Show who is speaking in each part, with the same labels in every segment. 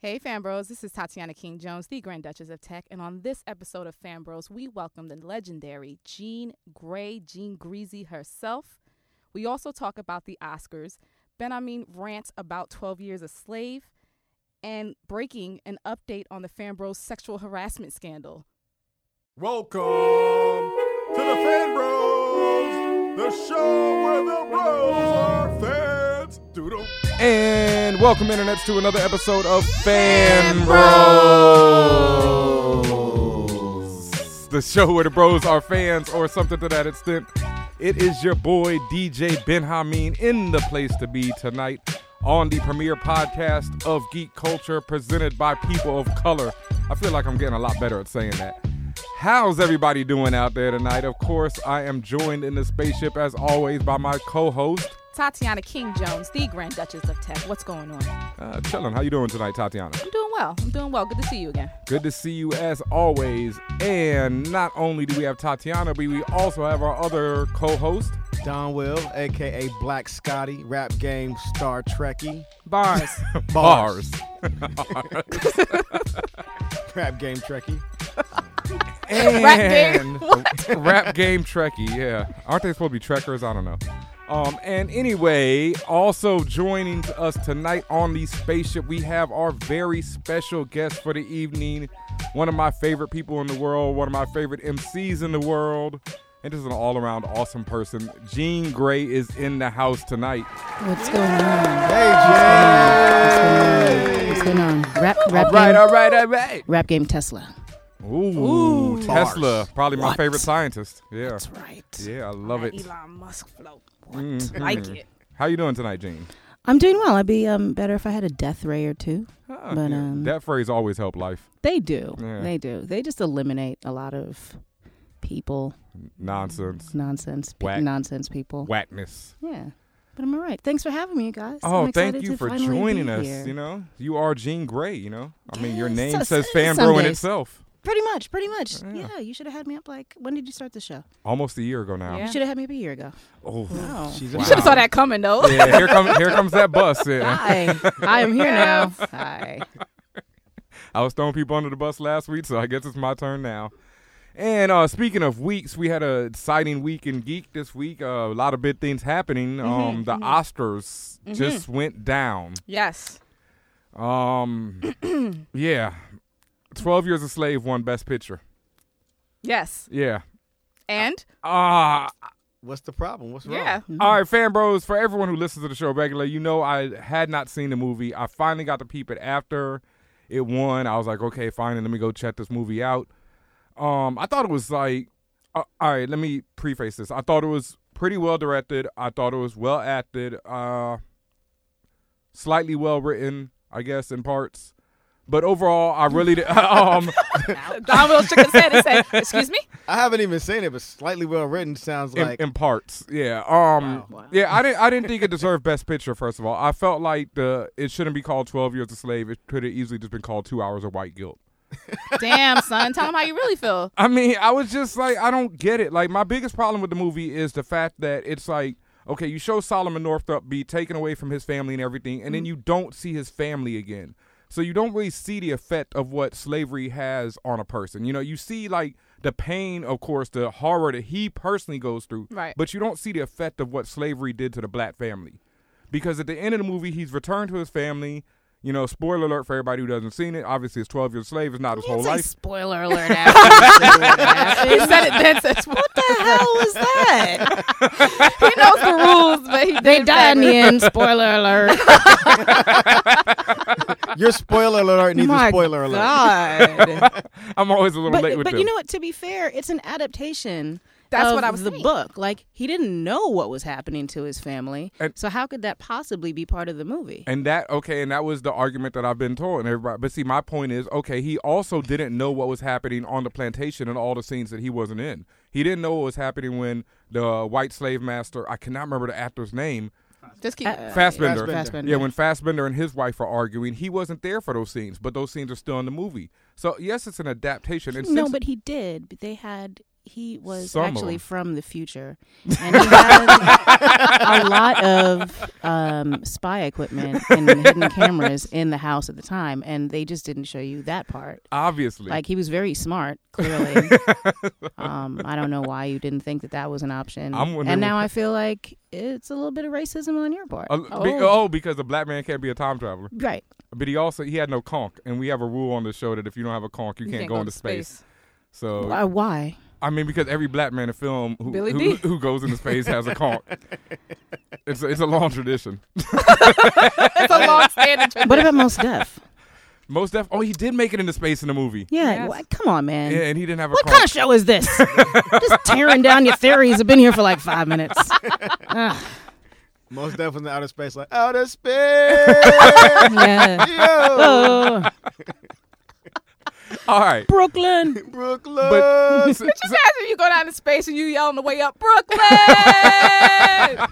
Speaker 1: Hey, Fambros. This is Tatiana King Jones, the Grand Duchess of Tech. And on this episode of Fambros, we welcome the legendary Jean Grey, Jean Greasy herself. We also talk about the Oscars. Benjamin rants about 12 Years a Slave and breaking an update on the Fambros sexual harassment scandal.
Speaker 2: Welcome to the Fan Bros, the show where the bros are fans. Doodle. And welcome, internets, to another episode of Fan Bros, the show where the bros are fans, or something to that extent. It is your boy DJ Ben Hameen in the place to be tonight on the premier podcast of geek culture presented by people of color. I feel like I'm getting a lot better at saying that. How's everybody doing out there tonight? Of course, I am joined in the spaceship as always by my co-host,
Speaker 1: Tatiana King Jones, the Grand Duchess of Tech. What's going on?
Speaker 2: uh, Chillin. How you doing tonight, Tatiana?
Speaker 1: I'm doing well. I'm doing well. Good to see you again.
Speaker 2: Good to see you as always. And not only do we have Tatiana, but we also have our other co-host.
Speaker 3: Don Will, aka Black Scotty, rap game Star Trekkie,
Speaker 1: Bars.
Speaker 2: Bars.
Speaker 3: rap game Trekkie.
Speaker 1: game.
Speaker 2: And rap game Trekkie, yeah. Aren't they supposed to be Trekkers? I don't know. Um, and anyway, also joining us tonight on the spaceship, we have our very special guest for the evening. One of my favorite people in the world, one of my favorite MCs in the world, and just an all around awesome person. Jean Grey is in the house tonight.
Speaker 4: What's going on?
Speaker 3: Hey, Jay.
Speaker 4: What's going on? Rap, rap game,
Speaker 2: Right, all right,
Speaker 4: uh,
Speaker 2: all right.
Speaker 4: rap game Tesla.
Speaker 2: Ooh, Tesla, probably my
Speaker 4: What?
Speaker 2: favorite scientist. Yeah.
Speaker 4: That's right.
Speaker 2: Yeah, I love it. Mm-hmm.
Speaker 1: Elon Musk float.
Speaker 2: Mm.
Speaker 1: Like it.
Speaker 2: How you doing tonight, Gene?
Speaker 4: I'm doing well. I'd be um, better if I had a death ray or two.
Speaker 2: Ah,
Speaker 4: But,
Speaker 2: yeah,
Speaker 4: um,
Speaker 2: that phrase always helped life.
Speaker 4: They do.
Speaker 2: Yeah.
Speaker 4: They do. They just eliminate a lot of people,
Speaker 2: Nonsense,
Speaker 4: nonsense, pe-
Speaker 2: Whack.
Speaker 4: nonsense people.
Speaker 2: whackness.
Speaker 4: Yeah. But I'm all right. Thanks for having me, you guys.
Speaker 2: Oh,
Speaker 4: I'm
Speaker 2: thank
Speaker 4: excited
Speaker 2: you
Speaker 4: to
Speaker 2: for
Speaker 4: finally be
Speaker 2: joining us.
Speaker 4: here.
Speaker 2: You know, you are Gene Gray. You know, I mean, your
Speaker 4: Yes,
Speaker 2: name
Speaker 4: so-
Speaker 2: says
Speaker 4: so-
Speaker 2: Fanbro in
Speaker 4: somedays.
Speaker 2: itself.
Speaker 4: Pretty much, pretty much.
Speaker 2: Yeah.
Speaker 4: Yeah, you should have had me up like, when did you start the show?
Speaker 2: Almost a year ago now.
Speaker 1: Yeah.
Speaker 4: You should have had me up a year ago.
Speaker 2: Oh,
Speaker 4: Wow.
Speaker 3: She's
Speaker 1: You should have
Speaker 3: wow.
Speaker 1: saw that coming, though.
Speaker 2: yeah. Here comes here comes that bus. Yeah.
Speaker 4: Hi. I am here now. Hi.
Speaker 2: I was throwing people under the bus last week, so I guess it's my turn now. And uh, speaking of weeks, we had a exciting week in geek this week. Uh, a lot of big things happening.
Speaker 4: Mm-hmm,
Speaker 2: um, the Oscars just went down.
Speaker 1: Yes.
Speaker 2: Um, yeah, Twelve Years a Slave won Best Picture.
Speaker 1: Yes.
Speaker 2: Yeah.
Speaker 1: And
Speaker 2: Ah,
Speaker 3: What's the problem? What's wrong?
Speaker 1: yeah.
Speaker 2: all right, fan bros. For everyone who listens to the show regularly, you know I had not seen the movie. I finally got to peep it after it won. I was like, okay, fine, and let me go check this movie out. Um, I thought it was like, uh, all right, let me preface this. I thought it was pretty well directed. I thought it was well acted. Uh, slightly well written, I guess, in parts. But overall, I really did, um.
Speaker 1: Don Will shook his head and said, "Excuse me."
Speaker 3: I haven't even seen it, but slightly well written sounds
Speaker 2: in,
Speaker 3: like
Speaker 2: in parts. Yeah. Um.
Speaker 3: Wow.
Speaker 4: Wow.
Speaker 2: Yeah. I didn't. I didn't think it deserved Best Picture. First of all, I felt like the it shouldn't be called Twelve Years a Slave. It could have easily just been called Two Hours of White Guilt.
Speaker 1: Damn, son. Tell him how you really feel.
Speaker 2: I mean, I was just like, I don't get it. Like, my biggest problem with the movie is the fact that it's like, okay, you show Solomon Northup be taken away from his family and everything, and
Speaker 4: Mm-hmm.
Speaker 2: then you don't see his family again. So you don't really see the effect of what slavery has on a person. You know, you see like the pain, of course, the horror that he personally goes through,
Speaker 1: Right.
Speaker 2: but you don't see the effect of what slavery did to the black family. Because at the end of the movie, he's returned to his family. You know, spoiler alert for everybody who doesn't seen it. Obviously, it's 12 years a slave. It's not his
Speaker 4: You
Speaker 2: whole
Speaker 4: can't say
Speaker 2: life.
Speaker 4: spoiler alert after
Speaker 1: He said it then. Says, "What the
Speaker 4: the hell was that?
Speaker 1: He knows the rules, but he
Speaker 4: They die in Oh the end. Spoiler alert.
Speaker 3: your spoiler alert needs a
Speaker 4: My
Speaker 3: spoiler alert.
Speaker 4: God.
Speaker 2: I'm always a little late
Speaker 4: but
Speaker 2: with
Speaker 4: but
Speaker 2: this.
Speaker 4: you know what? To be fair, it's an adaptation.
Speaker 1: That's
Speaker 4: of
Speaker 1: what I was
Speaker 4: the
Speaker 1: saying.
Speaker 4: book. Like he didn't know what was happening to his family,
Speaker 2: And-
Speaker 4: so how could that possibly be part of the movie?
Speaker 2: And that okay, and that was the argument that I've been told, and everybody. But see, my point is, okay, he also didn't know what was happening on the plantation and all the scenes that he wasn't in. He didn't know what was happening when the white slave master, I cannot remember the actor's name,
Speaker 1: Just keep.
Speaker 4: Uh,
Speaker 2: Fassbender.
Speaker 3: Fassbender.
Speaker 4: Fassbender.
Speaker 2: Yeah, when Fassbender and his wife are arguing, he wasn't there for those scenes, but those scenes are still in the movie. So yes, it's an adaptation. And
Speaker 4: no,
Speaker 2: since-
Speaker 4: but he did. But they had he was
Speaker 2: Some of
Speaker 4: actually
Speaker 2: them.
Speaker 4: from the future, and he had a lot of um, spy equipment and hidden cameras in the house at the time, and they just didn't show you that part.
Speaker 2: Obviously.
Speaker 4: Like he was very smart, clearly. um, I don't know why you didn't think that that was an option.
Speaker 2: I'm wondering
Speaker 4: and now I feel like it's a little bit of racism on your part.
Speaker 2: A- be- oh. because a black man can't be a time traveler.
Speaker 4: Right.
Speaker 2: But he also he had no conch, and we have a rule on the show that if you don't have a conch, you, can't, go, into space. So
Speaker 4: Why? why?
Speaker 2: I mean, because every black man in film who
Speaker 1: Billy
Speaker 2: who,
Speaker 1: D.
Speaker 2: who goes into space has a conch. it's a, it's a long tradition.
Speaker 1: It's a long standing
Speaker 4: What about most deaf?
Speaker 2: Most def. Oh, he did make it into space in the movie.
Speaker 4: Yeah.
Speaker 1: Yes.
Speaker 4: why- come on, man.
Speaker 2: Yeah, and he didn't have a
Speaker 4: What
Speaker 2: conch.
Speaker 4: kind of show is this? Just tearing down your theories. I've been here for like five minutes. Ah, Ugh,
Speaker 3: Most definitely outer space, like outer space.
Speaker 4: yeah.
Speaker 3: Yo,
Speaker 4: Oh,
Speaker 2: All right.
Speaker 4: Brooklyn.
Speaker 3: Brooklyn.
Speaker 2: But s-
Speaker 1: Could you imagine you go down to space and you yell on the way up, Brooklyn?
Speaker 4: I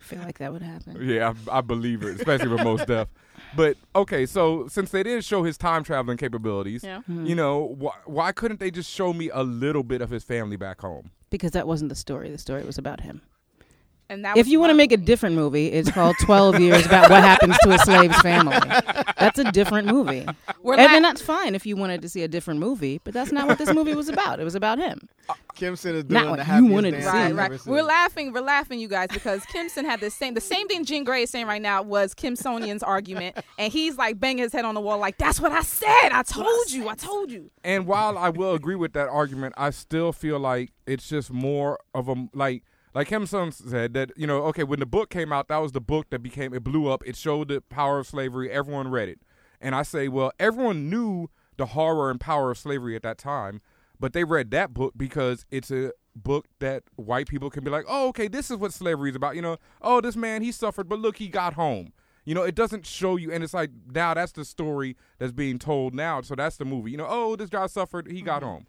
Speaker 4: feel like that would happen.
Speaker 2: yeah, I, I believe it, especially with most deaf. But okay, so since they didn't show his time traveling capabilities,
Speaker 1: Yeah.
Speaker 2: you know, wh- why couldn't they just show me a little bit of his family back home?
Speaker 4: Because that wasn't the story. The story was about him.
Speaker 1: and that
Speaker 4: If
Speaker 1: was
Speaker 4: you want to
Speaker 1: my
Speaker 4: make a
Speaker 1: point.
Speaker 4: different movie, it's called 12 Years About What Happens to a Slave's Family. That's a different movie.
Speaker 1: We're
Speaker 4: and then
Speaker 1: la-
Speaker 4: that's fine if you wanted to see a different movie, but that's not what this movie was about. It was about him.
Speaker 3: Kimson is doing
Speaker 4: Not
Speaker 3: the
Speaker 4: what you
Speaker 3: happiest
Speaker 4: wanted to
Speaker 3: dance
Speaker 4: see.
Speaker 1: Right,
Speaker 3: I've ever
Speaker 1: right.
Speaker 3: seen.
Speaker 1: We're laughing. We're laughing, you guys, because Kimson had the same the same thing Jean Grey is saying right now was Kimsonian's argument, and he's like banging his head on the wall, like that's what I said. I told you. I told you.
Speaker 2: And while I will agree with that argument, I still feel like it's just more of a like like him son said that you know okay when the book came out that was the book that became it blew up it showed the power of slavery everyone read it and I say well everyone knew the horror and power of slavery at that time but they read that book because it's a book that white people can be like oh okay this is what slavery is about you know oh this man he suffered but look he got home you know, it doesn't show you, and it's like now that's the story that's being told now. So that's the movie. You know, oh, this guy suffered, he got home.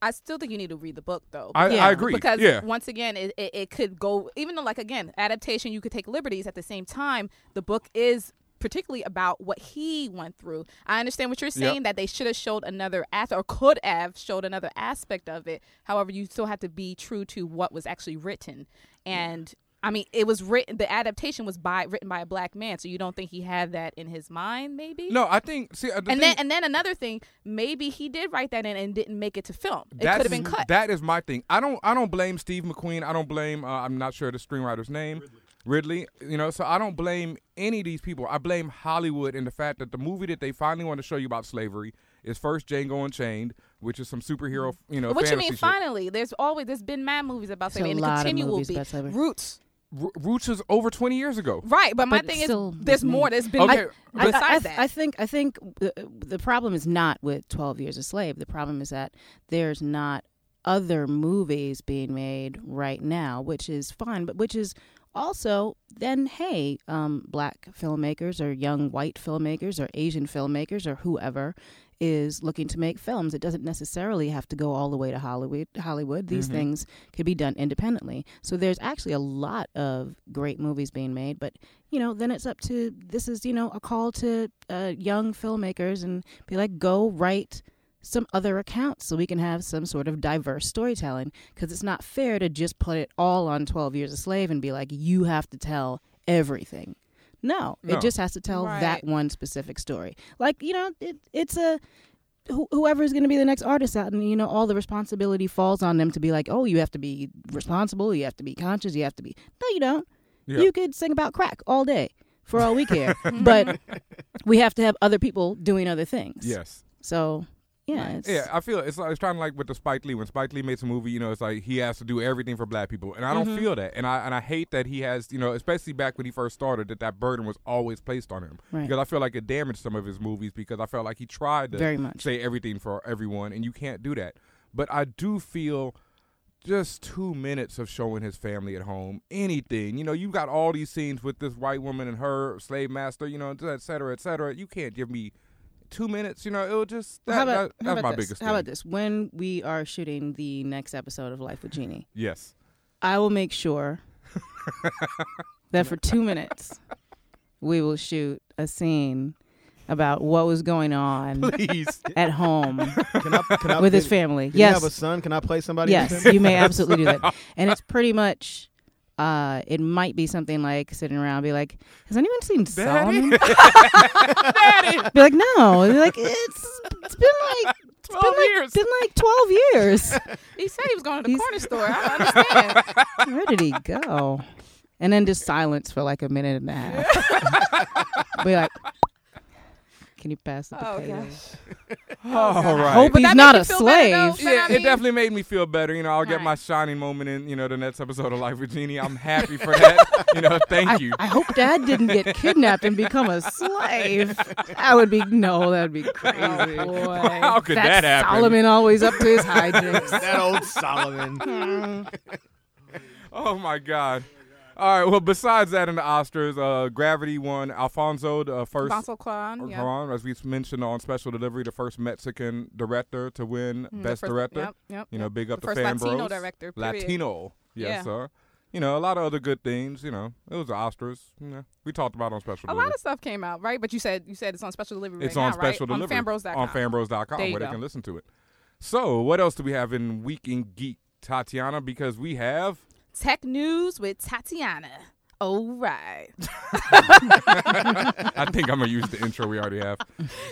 Speaker 1: I still think you need to read the book though.
Speaker 2: I,
Speaker 4: Yeah.
Speaker 2: I agree.
Speaker 1: Because
Speaker 2: yeah,
Speaker 1: once again, it, it, it could go even though like again adaptation, you could take liberties. At the same time, the book is particularly about what he went through. I understand what you're saying that they should have showed another aspect or could have showed another aspect of it. However, you still have to be true to what was actually written and. I mean, it was written. The adaptation was by written by a black man, so you don't think he had that in his mind, maybe?
Speaker 2: no, I think. See, uh, the
Speaker 1: and
Speaker 2: thing,
Speaker 1: then and then another thing, maybe he did write that in and didn't make it to film. It could
Speaker 2: that's-
Speaker 1: have been cut.
Speaker 2: That is my thing. I don't. I don't blame Steve McQueen. I don't blame. Uh, I'm not sure the screenwriter's name. Ridley. You know, so I don't blame any of these people. I blame Hollywood and the fact that the movie that they finally want to show you about slavery is first Django Unchained, which is some superhero. You know,
Speaker 1: What you
Speaker 2: fantasy
Speaker 1: mean?
Speaker 2: shit.
Speaker 1: Finally, there's always there's been mad movies about
Speaker 4: There's
Speaker 1: slavery,
Speaker 4: a
Speaker 1: and it
Speaker 4: lot of
Speaker 1: continue will
Speaker 4: movies
Speaker 1: be
Speaker 4: about slavery.
Speaker 1: roots.
Speaker 2: Ro- Roots is over 20 years ago.
Speaker 1: Right, but my
Speaker 4: But
Speaker 1: thing
Speaker 4: still
Speaker 1: is, there's
Speaker 4: with
Speaker 1: more.
Speaker 4: me.
Speaker 1: There's been
Speaker 2: Okay,
Speaker 1: I, besides
Speaker 4: I, I,
Speaker 1: that.
Speaker 4: I think I think the, the problem is not with Twelve Years a Slave. The problem is that there's not other movies being made right now, which is fine, but which is also then hey, um, black filmmakers or young white filmmakers or Asian filmmakers or whoever is looking to make films. It doesn't necessarily have to go all the way to Hollywood. Hollywood, these
Speaker 2: Mhm.
Speaker 4: things could be done independently. So there's actually a lot of great movies being made, but you know, then it's up to this is you know a call to uh, young filmmakers and be like, go write some other accounts so we can have some sort of diverse storytelling because it's not fair to just put it all on 12 years a slave and be like you have to tell everything no,
Speaker 2: No.
Speaker 4: it just has to tell
Speaker 1: Right.
Speaker 4: that one specific story like you know it, it's a who whoever is going to be the next artist out and you know all the responsibility falls on them to be like oh you have to be responsible you have to be conscious you have to be no you don't
Speaker 2: Yeah.
Speaker 4: you could sing about crack all day for all we care but we have to have other people doing other things
Speaker 2: Yes.
Speaker 4: so yeah it's,
Speaker 2: Yeah, I feel it's like it's kind of like with the Spike Lee. When Spike Lee makes a movie, you know, it's like he has to do everything for black people, and I
Speaker 4: Mm-hmm.
Speaker 2: don't feel that, and I and I hate that he has, you know, especially back when he first started, that that burden was always placed on him
Speaker 4: Right.
Speaker 2: because I feel like it damaged some of his movies because I felt like he tried to
Speaker 4: Very much.
Speaker 2: say everything for everyone, and you can't do that. But I do feel just two minutes of showing his family at home anything you know you got all these scenes with this white woman and her slave master you know et cetera et cetera you can't give me two minutes you know it'll just that,
Speaker 4: how about,
Speaker 2: that-
Speaker 4: how
Speaker 2: that's
Speaker 4: about
Speaker 2: my
Speaker 4: this?
Speaker 2: biggest
Speaker 4: How
Speaker 2: thing.
Speaker 4: about this? When we are shooting the next episode of Life with Jeannie,
Speaker 2: Yes.
Speaker 4: I will make sure that for two minutes we will shoot a scene about what was going on
Speaker 2: Please.
Speaker 4: at home
Speaker 3: Can I, can I
Speaker 4: with his
Speaker 3: play-
Speaker 4: family.
Speaker 3: Do you have a
Speaker 4: Yes,
Speaker 3: son? Can I play somebody? with
Speaker 4: yes,
Speaker 3: him?
Speaker 4: you may absolutely do that. And it's pretty much. Uh, it might be something like sitting around, and be like, "Has anyone seen Solomon?" Be like, "No." And they're like, "It's it's been like it's been
Speaker 1: 12
Speaker 4: like
Speaker 1: years.
Speaker 4: been like twelve years."
Speaker 1: He said he was going to the
Speaker 4: He's-
Speaker 1: corner store. I don't understand.
Speaker 4: Where did he go? And then just silence for like a minute and a half. Be like, can you pass the
Speaker 1: Oh,
Speaker 4: potato?
Speaker 1: gosh.
Speaker 2: All right.
Speaker 4: Hope
Speaker 1: But
Speaker 4: he's
Speaker 1: that
Speaker 4: not a
Speaker 1: makes you feel better, though.
Speaker 4: slave.
Speaker 1: You know what
Speaker 2: yeah,
Speaker 1: I mean?
Speaker 2: it definitely made me feel better. You know, I'll get
Speaker 1: Right.
Speaker 2: my shining moment in, you know, the next episode of Life with Jeannie. I'm happy for that. you know, thank
Speaker 4: I,
Speaker 2: you.
Speaker 4: I hope Dad didn't get kidnapped and become a slave. That would be no. That would be crazy.
Speaker 1: Oh, boy.
Speaker 2: How could
Speaker 4: That's
Speaker 2: that happen?
Speaker 4: Solomon always up to his hijinks.
Speaker 3: that old Solomon.
Speaker 4: Hmm.
Speaker 2: Oh my god. All right. Well, besides that, in the Oscars, uh, Gravity won. Alfonso, the first
Speaker 1: Alfonso Cuarón. yeah.
Speaker 2: Cuarón, as we mentioned on Special Delivery, the first Mexican director to win
Speaker 1: Mm, the
Speaker 2: Best
Speaker 1: first-
Speaker 2: Director.
Speaker 1: Yep, yep.
Speaker 2: You know, big
Speaker 1: the
Speaker 2: up the,
Speaker 1: first
Speaker 2: fan
Speaker 1: Latino
Speaker 2: bros.
Speaker 1: director. Period.
Speaker 2: Latino. Yes,
Speaker 1: Yeah.
Speaker 2: sir. You know, a lot of other good things. You know, it was the Oscars. You know, we talked about it on Special
Speaker 1: A
Speaker 2: Delivery.
Speaker 1: lot of stuff came out, right? But you said you said it's on special delivery.
Speaker 2: it's
Speaker 1: right
Speaker 2: on
Speaker 1: now,
Speaker 2: Special
Speaker 1: right?
Speaker 2: Delivery
Speaker 1: on fanbros.com.
Speaker 2: on fanbros.com
Speaker 1: There
Speaker 2: where
Speaker 1: you
Speaker 2: they
Speaker 1: go.
Speaker 2: can listen to it. So, what else do we have in Week in Geek, Tatiana? Because we have
Speaker 1: Tech news with Tatiana. All right,
Speaker 2: I think I'm gonna use the intro we already have.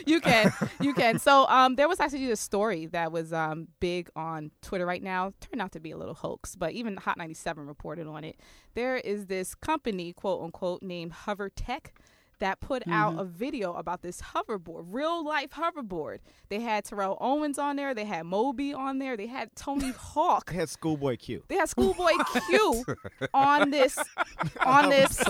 Speaker 1: you can, you can. So, um, there was actually a story that was um big on Twitter right now. Turned out to be a little hoax, but even Hot 97 reported on it. There is this company, quote unquote, named Hover Tech. That put out a video about this hoverboard, real life hoverboard. They had Terrell Owens on there. They had Moby on there. They had Tony Hawk.
Speaker 3: I had Schoolboy Q.
Speaker 1: They had Schoolboy Q on this on this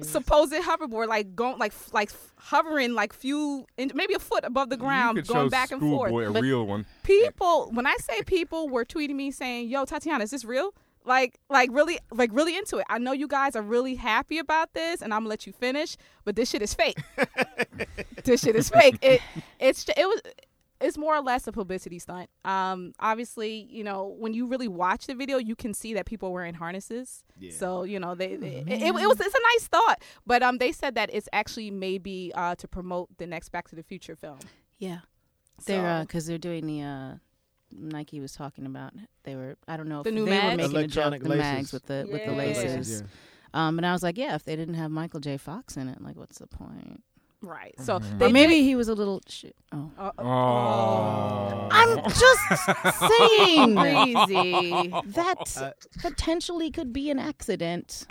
Speaker 1: supposed hoverboard, like going like f- like f- hovering like few in, maybe a foot above the ground,
Speaker 2: you could
Speaker 1: going
Speaker 2: show
Speaker 1: back and forth.
Speaker 2: Schoolboy a real one.
Speaker 1: People, when I say people, were tweeting me saying, "Yo, Tatiana, is this real?" Like, like really, like really into it. I know you guys are really happy about this, and I'm gonna let you finish. But this shit is fake. this shit is fake. It, it's ju- it was it's more or less a publicity stunt. Um, obviously, you know, when you really watch the video, you can see that people are wearing harnesses.
Speaker 3: Yeah.
Speaker 1: So you know, they, they- it, it, was it's a nice thought, but um, they said that it's actually maybe uh to promote the next Back to the Future film.
Speaker 4: Yeah,
Speaker 1: So-
Speaker 4: they're because they're doing the uh, Nike was talking about. They were I don't know if
Speaker 1: The new
Speaker 4: they
Speaker 1: mags?
Speaker 4: were making
Speaker 3: Electronic
Speaker 4: a joke, the
Speaker 3: laces.
Speaker 4: mags with the with the
Speaker 1: Yeah.
Speaker 4: laces.
Speaker 1: Laces,
Speaker 4: Um, and I was like, yeah, if they didn't have Michael J. Fox in it, like, what's the point?
Speaker 1: right. So
Speaker 4: But
Speaker 1: they
Speaker 4: maybe he was a little. Sh- oh,
Speaker 1: Uh,
Speaker 2: Oh,
Speaker 4: I'm just saying
Speaker 1: crazy.
Speaker 4: that
Speaker 3: Uh,
Speaker 4: potentially could be an accident.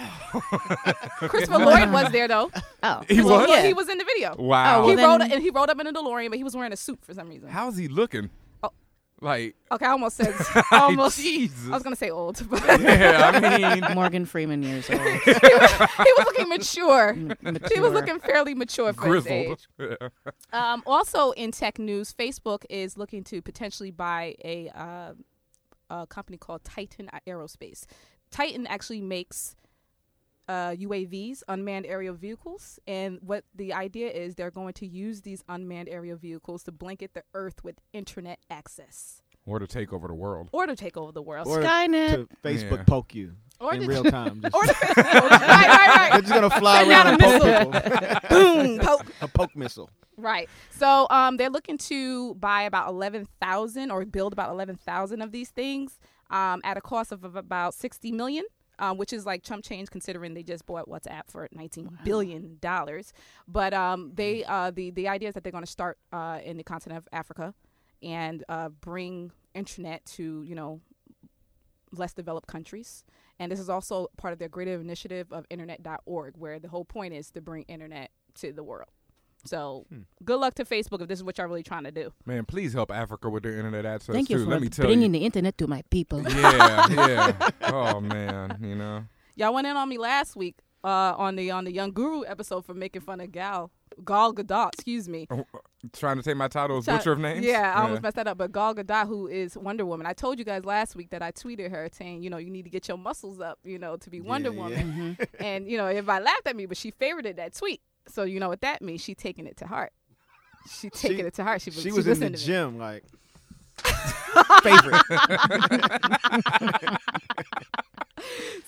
Speaker 1: Christopher Lloyd was there though.
Speaker 4: Oh,
Speaker 2: He
Speaker 1: Well,
Speaker 2: was?
Speaker 1: yeah,
Speaker 4: Yeah.
Speaker 1: he was in the video.
Speaker 2: wow.
Speaker 4: well,
Speaker 1: he
Speaker 4: then-
Speaker 1: rolled and he rolled up in a DeLorean, but he was wearing a suit for some reason.
Speaker 2: How's he looking?
Speaker 1: Oh.
Speaker 2: Like,
Speaker 1: Okay, I almost said almost.
Speaker 2: Jesus.
Speaker 1: I was gonna say old, but
Speaker 2: yeah, I mean,
Speaker 4: Morgan Freeman years old.
Speaker 1: he was looking mature. He was
Speaker 4: Mature.
Speaker 1: looking fairly mature for his age.
Speaker 2: grizzled.
Speaker 1: Um, also in tech news, Facebook is looking to potentially buy a, uh, a company called Titan Aerospace. Titan actually makes uh, UAVs, unmanned aerial vehicles, and what the idea is, they're going to use these unmanned aerial vehicles to blanket the Earth with internet access,
Speaker 2: or to take over the world.
Speaker 1: or to take over the world,
Speaker 3: Or
Speaker 4: Skynet.
Speaker 3: to Facebook
Speaker 2: Yeah.
Speaker 3: poke you
Speaker 1: or
Speaker 3: in
Speaker 1: to-
Speaker 3: real time. Just,
Speaker 1: or to right, right,
Speaker 3: they're
Speaker 1: right.
Speaker 3: just gonna fly
Speaker 1: Send out
Speaker 3: around and
Speaker 1: a
Speaker 3: poke people.
Speaker 1: Boom, poke.
Speaker 3: A poke missile.
Speaker 1: Right. So um, they're looking to buy about 11,000 or build about 11,000 of these things um, at a cost of of about 60 million. Um, which is like chump change considering they just bought WhatsApp for nineteen billion dollars. But um, they uh, the the idea is that they're going to start uh, in the continent of Africa and uh, bring internet to you know less developed countries. And this is also part of their greater initiative of internet.org, where the whole point is to bring internet to the world. So good luck to Facebook if this is what y'all really trying to do.
Speaker 2: Man, please help Africa with their internet access
Speaker 4: Thank
Speaker 2: too.
Speaker 4: you for
Speaker 2: Let me tell
Speaker 4: bringing
Speaker 2: you.
Speaker 4: the internet to my people.
Speaker 2: yeah, yeah. Oh man, you know.
Speaker 1: Y'all went in on me last week uh, on the on the Young Guru episode for making fun of Gal Gal Gadot. Excuse me.
Speaker 2: Oh, uh, Trying to take my title as
Speaker 1: Shout-
Speaker 2: butcher of names.
Speaker 1: Yeah, I almost messed that up. But Gal Gadot, who is Wonder Woman, I told you guys last week that I tweeted her saying, you know, you need to get your muscles up, you know, to be Wonder
Speaker 3: yeah.
Speaker 1: Woman. Mm-hmm. and you know, everybody laughed at me, but she favorited that tweet. So you know what that means? She taking it to heart. She taking it to heart. She,
Speaker 3: She was in the
Speaker 1: listening to me.
Speaker 3: gym, like favorite.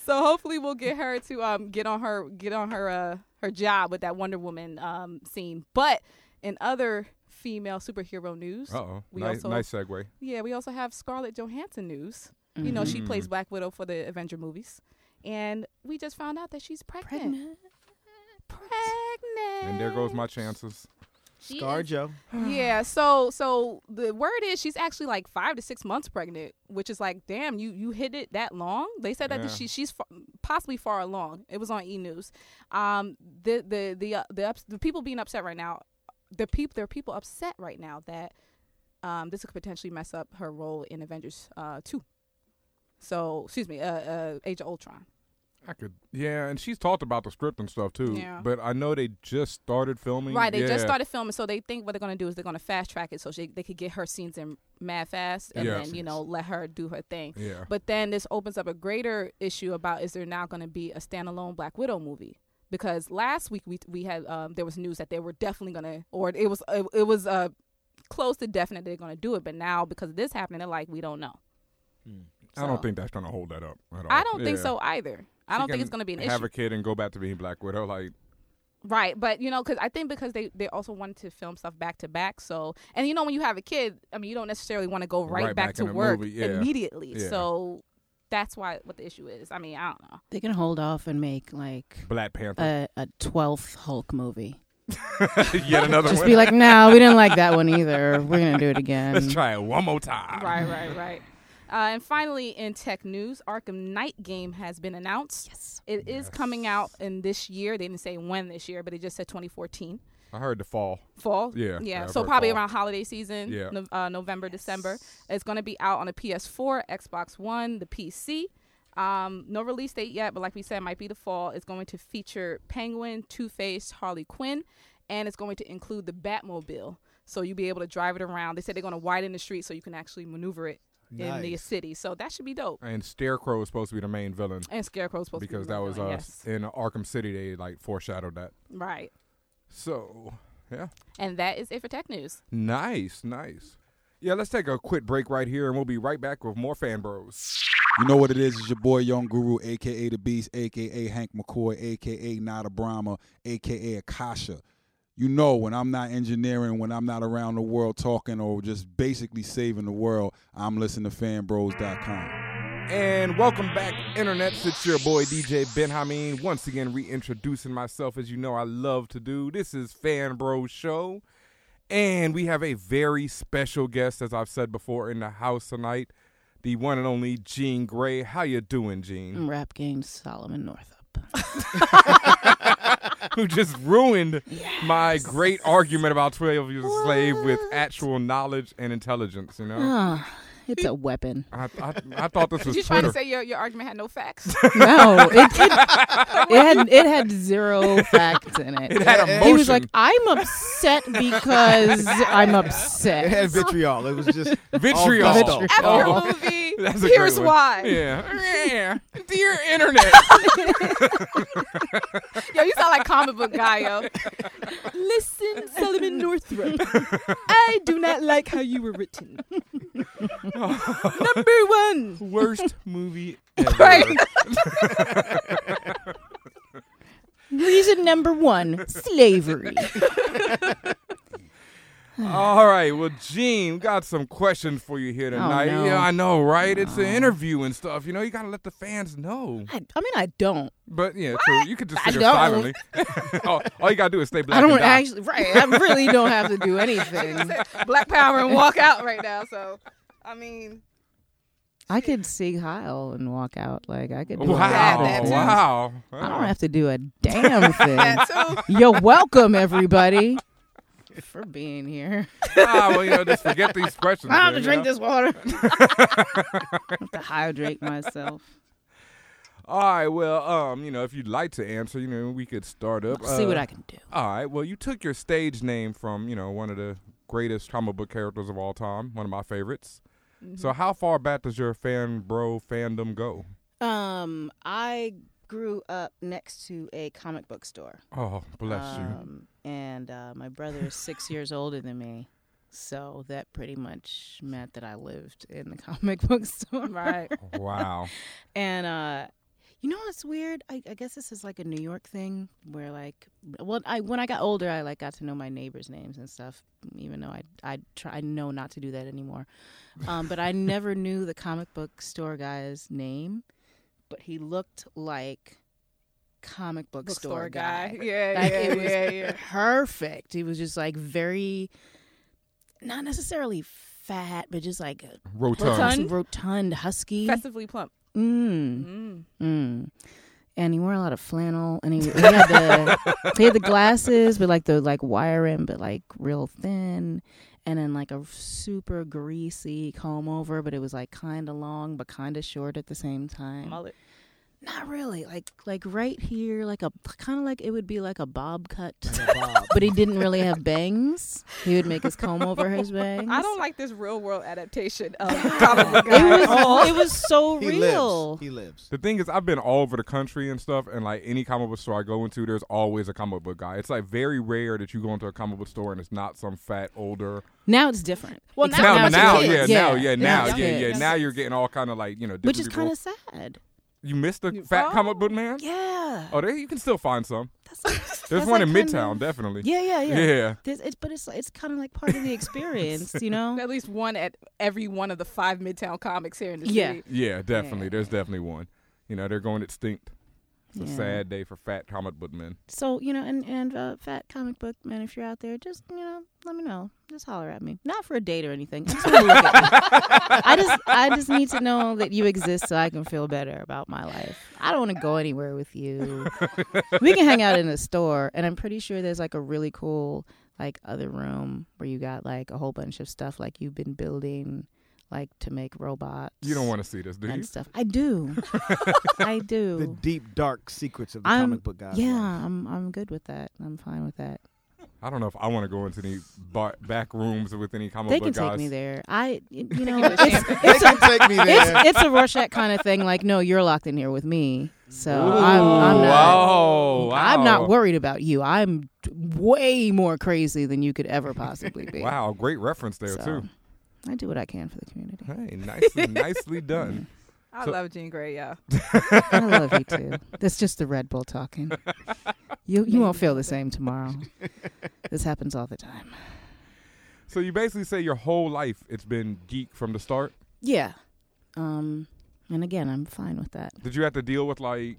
Speaker 1: So hopefully we'll get her to um get on her get on her uh her job with that Wonder Woman um scene. But In other female superhero news,
Speaker 2: Uh oh.
Speaker 1: We
Speaker 2: Nice,
Speaker 1: also-
Speaker 2: nice segue.
Speaker 1: yeah, we also have Scarlett Johansson news. You
Speaker 4: Mm-hmm.
Speaker 1: know,
Speaker 2: Mm-hmm.
Speaker 1: she plays Black Widow for the Avenger movies, and we just found out that she's pregnant.
Speaker 4: pregnant.
Speaker 1: Pregnant.
Speaker 2: And there goes my chances.
Speaker 1: She
Speaker 3: Scar
Speaker 1: is-
Speaker 3: Joe.
Speaker 1: yeah. So, so the word is she's actually like five to six months pregnant, which is like, damn, you you hit it that long. They said that
Speaker 2: Yeah.
Speaker 1: she she's fa- possibly far along. It was on E News. Um, the the the uh, the, ups, the people being upset right now, the people there are people upset right now that um this could potentially mess up her role in Avengers uh two. So, excuse me, uh, uh Age of Ultron.
Speaker 2: I could. Yeah, and she's talked about the script and stuff too.
Speaker 1: Yeah.
Speaker 2: But I know they just started filming.
Speaker 1: Right, they
Speaker 2: Yeah.
Speaker 1: just started filming, so they think what they're gonna do is they're gonna fast track it so she, they could get her scenes in mad fast, and
Speaker 2: Yeah.
Speaker 1: then you know let her do her thing.
Speaker 2: Yeah.
Speaker 1: But then this opens up a greater issue about is there now going to be a standalone Black Widow movie? Because last week we we had um, there was news that they were definitely going to, or it was it, it was uh, close to definite they're going to do it. But now because of this happening, they're like we don't know.
Speaker 2: I
Speaker 1: So-
Speaker 2: don't think that's gonna hold that up at all.
Speaker 1: I don't think
Speaker 2: Yeah.
Speaker 1: so either. I
Speaker 2: She
Speaker 1: don't think
Speaker 2: can
Speaker 1: it's going to be an
Speaker 2: have
Speaker 1: issue,
Speaker 2: a kid and go back to being Black Widow. Like,
Speaker 1: right? But you know, because I think because they they also wanted to film stuff back to back. So and you know when you have a kid, I mean you don't necessarily want to go right,
Speaker 2: Right
Speaker 1: back,
Speaker 2: back
Speaker 1: to
Speaker 2: in a
Speaker 1: work
Speaker 2: movie, yeah.
Speaker 1: immediately.
Speaker 2: Yeah.
Speaker 1: So that's why what the issue is. I mean I don't know.
Speaker 4: They can hold off and make like
Speaker 2: Black Panther.
Speaker 4: a a twelfth Hulk movie.
Speaker 2: Yet another
Speaker 4: Just
Speaker 2: one.
Speaker 4: be like, no, we didn't like that one either. We're gonna do it again.
Speaker 2: Let's try it one more time.
Speaker 1: Right, right, right. Uh, and finally, in tech news, Arkham Knight game has been announced.
Speaker 4: Yes.
Speaker 1: It is coming out in this year. They didn't say when this year, but it just said 2014
Speaker 2: I heard the fall.
Speaker 1: fall.
Speaker 2: Yeah,
Speaker 1: yeah.
Speaker 2: yeah, I've
Speaker 1: so
Speaker 2: heard
Speaker 1: probably
Speaker 2: fall.
Speaker 1: around holiday season,
Speaker 2: Yeah.
Speaker 1: no, uh, November, December. It's going to be out on a PS4, Xbox One, the PC. Um, no release date yet, but like we said, it might be the fall. It's going to feature Penguin, Two Face, Harley Quinn, and it's going to include the Batmobile. So you'll be able to drive it around. They said they're going to widen the street so you can actually maneuver it in the
Speaker 3: Nice.
Speaker 1: city. So that should be dope.
Speaker 2: And Scarecrow is supposed to be the main villain
Speaker 1: And Scarecrow's supposed
Speaker 2: because
Speaker 1: to be
Speaker 2: that
Speaker 1: the
Speaker 2: was
Speaker 1: villain,
Speaker 2: uh,
Speaker 1: yes.
Speaker 2: in Arkham City. They like foreshadowed that.
Speaker 1: right.
Speaker 2: So yeah,
Speaker 1: And that is it for tech news.
Speaker 2: nice, nice. Yeah, let's take a quick break right here, and we'll be right back with more Fan Bros.
Speaker 5: You know what it is? It's your boy Young Guru, aka the Beast, aka Hank McCoy, aka Nada Brahma, aka Akasha. You know when I'm not engineering, when I'm not around the world talking or just basically saving the world, I'm listening to fanbros.com.
Speaker 2: And welcome back, internets. It's your boy DJ Ben Hameen. Once again, reintroducing myself as you know I love to do. This is Fan Bro Show. And we have a very special guest, as I've said before, in the house tonight. The one and only Gene Gray. How you doing, Gene?
Speaker 4: Rap game Solomon Northup.
Speaker 1: Mm.
Speaker 2: Who just ruined my great argument about 12 Years a Slave with
Speaker 4: What?
Speaker 2: actual knowledge and intelligence, you know?
Speaker 4: Ah, it's a weapon.
Speaker 2: I, I, I thought this
Speaker 1: Did
Speaker 2: was
Speaker 1: you try
Speaker 2: Twitter.
Speaker 1: to say your, your argument had no facts?
Speaker 4: No, it, it, it had it had zero facts in it.
Speaker 2: it had emotion.
Speaker 4: He was like, I'm upset because I'm
Speaker 3: It
Speaker 4: upset.
Speaker 3: had vitriol. It was just
Speaker 2: Vitriol.
Speaker 3: all fucked up.
Speaker 1: After
Speaker 2: Oh.
Speaker 1: your movie,
Speaker 2: That's a great
Speaker 1: here's
Speaker 2: one.
Speaker 1: why.
Speaker 2: Yeah. yeah. Dear internet.
Speaker 1: Yo, you sound like comic book guy, yo.
Speaker 4: Listen, Solomon Northrop, I do not like how you were written.
Speaker 1: Number one.
Speaker 2: Worst movie ever.
Speaker 1: Right.
Speaker 4: Reason number one: slavery.
Speaker 2: All right. Well, Gene, we got some questions for you here tonight.
Speaker 4: Oh, no.
Speaker 2: Yeah, I know, right? It's an interview and stuff. You know, you gotta let the fans know.
Speaker 4: I, I mean, I don't.
Speaker 2: But yeah, true. You could just sit
Speaker 4: I
Speaker 2: here
Speaker 4: don't.
Speaker 2: silently. all, all you gotta do is stay black.
Speaker 4: I don't
Speaker 2: and die.
Speaker 4: actually. Right. I really don't have to do anything.
Speaker 1: Black power and walk out right now. So, I mean,
Speaker 4: I could sing Heil and walk out. Like I could. Do
Speaker 2: Wow!
Speaker 1: Yeah, that too.
Speaker 2: wow!
Speaker 4: I don't have to do a damn thing.
Speaker 1: that too.
Speaker 4: You're welcome, everybody, for being here.
Speaker 2: ah, well, you know, just forget these questions.
Speaker 4: I
Speaker 2: man,
Speaker 4: have to
Speaker 2: you
Speaker 4: drink
Speaker 2: know?
Speaker 4: this water. I have to hydrate myself.
Speaker 2: All right. Well, um, you know, if you'd like to answer, you know, we could start up.
Speaker 4: See what
Speaker 2: uh,
Speaker 4: I can do.
Speaker 2: All right. Well, you took your stage name from you know one of the greatest comic book characters of all time, one of my favorites. So, how far back does your fan bro fandom go?
Speaker 4: Um, I grew up next to a comic book store.
Speaker 2: Oh, bless
Speaker 4: um, And uh, my brother is six years older than me. So that pretty much meant that I lived in the comic book store.
Speaker 1: Right.
Speaker 2: you. Wow.
Speaker 4: And uh, You know what's weird? I, I guess this is like a New York thing where like well I when I got older I like got to know my neighbors' names and stuff, even though I I try I know not to do that anymore. Um, but I never knew the comic book store guy's name, but he looked like comic book,
Speaker 1: Bookstore
Speaker 4: store guy.
Speaker 1: Yeah,
Speaker 4: Like
Speaker 1: yeah,
Speaker 4: it was
Speaker 1: yeah, yeah.
Speaker 4: perfect. He was just like very not necessarily fat, but just like a
Speaker 2: Rotund.
Speaker 1: Rotund.
Speaker 4: rotund, rotund husky.
Speaker 1: Festively plump.
Speaker 4: Mm.
Speaker 1: Mm.
Speaker 4: Mm. And he wore a lot of flannel, and he, he had the he had the glasses, but like the like wire in, but like real thin, and then like a super greasy comb over, but it was like kind of long but kind of short at the same time.
Speaker 1: Mullet.
Speaker 4: Not really, like like right here, like a kind of like it would be like a bob cut,
Speaker 3: Like a bob.
Speaker 4: but he didn't really have bangs. He would make his comb over his bangs.
Speaker 1: I don't like this real world adaptation of comic book
Speaker 4: It
Speaker 1: guy at all.
Speaker 4: was it was so
Speaker 3: he
Speaker 4: real.
Speaker 3: lives. He lives.
Speaker 2: The thing is, I've been all over the country and stuff, and like any comic book store I go into, there's always a comic book guy. It's like very rare that you go into a comic book store and it's not some fat older.
Speaker 4: Now it's different.
Speaker 1: Well,
Speaker 4: Except
Speaker 1: Now
Speaker 2: Now,
Speaker 1: it's
Speaker 2: now, yeah,
Speaker 1: kids.
Speaker 2: now, yeah, now,
Speaker 4: it's
Speaker 2: yeah, yeah.
Speaker 4: kids.
Speaker 2: Now you're getting all kind of like you know,
Speaker 4: Which
Speaker 2: different
Speaker 4: is
Speaker 2: people.
Speaker 4: kind of sad.
Speaker 2: you missed the
Speaker 1: You-
Speaker 2: fat
Speaker 1: Oh.
Speaker 2: comic book man.
Speaker 4: Yeah.
Speaker 2: Oh, there you can still find some.
Speaker 4: That's-
Speaker 2: There's
Speaker 4: that's
Speaker 2: one
Speaker 4: like
Speaker 2: in
Speaker 4: kind
Speaker 2: Midtown,
Speaker 4: of-
Speaker 2: definitely.
Speaker 4: Yeah, yeah, yeah.
Speaker 2: yeah.
Speaker 4: There's, it's, but it's it's kind of like part of the experience, you know.
Speaker 1: At least one at every one of the five Midtown comics here in the
Speaker 4: Yeah.
Speaker 1: city.
Speaker 2: Yeah, definitely. There's definitely one. You know, they're going extinct. It's a
Speaker 4: Yeah.
Speaker 2: sad day for fat comic book men.
Speaker 4: So you know, and and uh, fat comic book man, if you're out there, just you know, let me know. Just holler at me. Not for a date or anything. I just, wanna look at you. I just I just need to know that you exist so I can feel better about my life. I don't want to go anywhere with you. we can hang out in a store, and I'm pretty sure there's like a really cool like other room where you got like a whole bunch of stuff like you've been building like to make robots.
Speaker 2: You don't want to see this, do you?
Speaker 4: and stuff. I do. I do.
Speaker 3: The deep dark secrets of the
Speaker 4: I'm-
Speaker 3: comic book guy.
Speaker 4: yeah, I'm I'm good with that. I'm fine with that.
Speaker 2: I don't know if I want to go into any bar- back rooms with any comic
Speaker 4: they
Speaker 2: book
Speaker 4: can take
Speaker 2: guys.
Speaker 4: me there. I you you know
Speaker 1: you,
Speaker 4: it's,
Speaker 3: They
Speaker 4: it's,
Speaker 3: can
Speaker 4: a,
Speaker 3: take me there.
Speaker 4: it's it's a Rorschach kind of thing. Like no, you're locked in here with me, so I'm
Speaker 2: Ooh,
Speaker 4: I'm not.
Speaker 2: wow,
Speaker 4: I'm
Speaker 2: wow.
Speaker 4: not worried about you. I'm t- way more crazy than you could ever possibly be.
Speaker 2: Wow, great reference there
Speaker 4: So,
Speaker 2: too.
Speaker 4: I do what I can for the community.
Speaker 2: Hey, nicely, nicely done.
Speaker 1: I
Speaker 2: So-
Speaker 1: love Jean Grey, yeah.
Speaker 4: I love you too. That's just the Red Bull talking. You you won't feel the same tomorrow. This happens all the time.
Speaker 2: So you basically say your whole life it's been geek from the start.
Speaker 4: Yeah. Um. And again, I'm fine with that.
Speaker 2: Did you have to deal with like,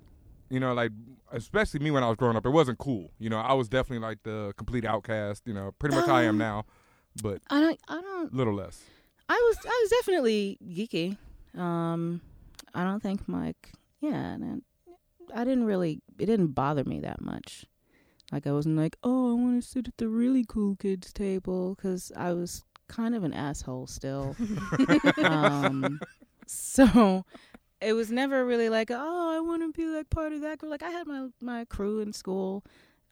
Speaker 2: you know, like especially me when I was growing up, it wasn't cool. You know, I was definitely like the complete outcast. You know, pretty much I am
Speaker 4: Um,
Speaker 2: now, but
Speaker 4: I don't. I don't.
Speaker 2: little less.
Speaker 4: I was I was definitely geeky. Um, I don't think Mike. Yeah, and I didn't really. It didn't bother me that much. Like I wasn't like, oh, I want to sit at the really cool kids table because I was kind of an asshole still. um, so it was never really like, oh, I want to be like part of that group. Like I had my my crew in school.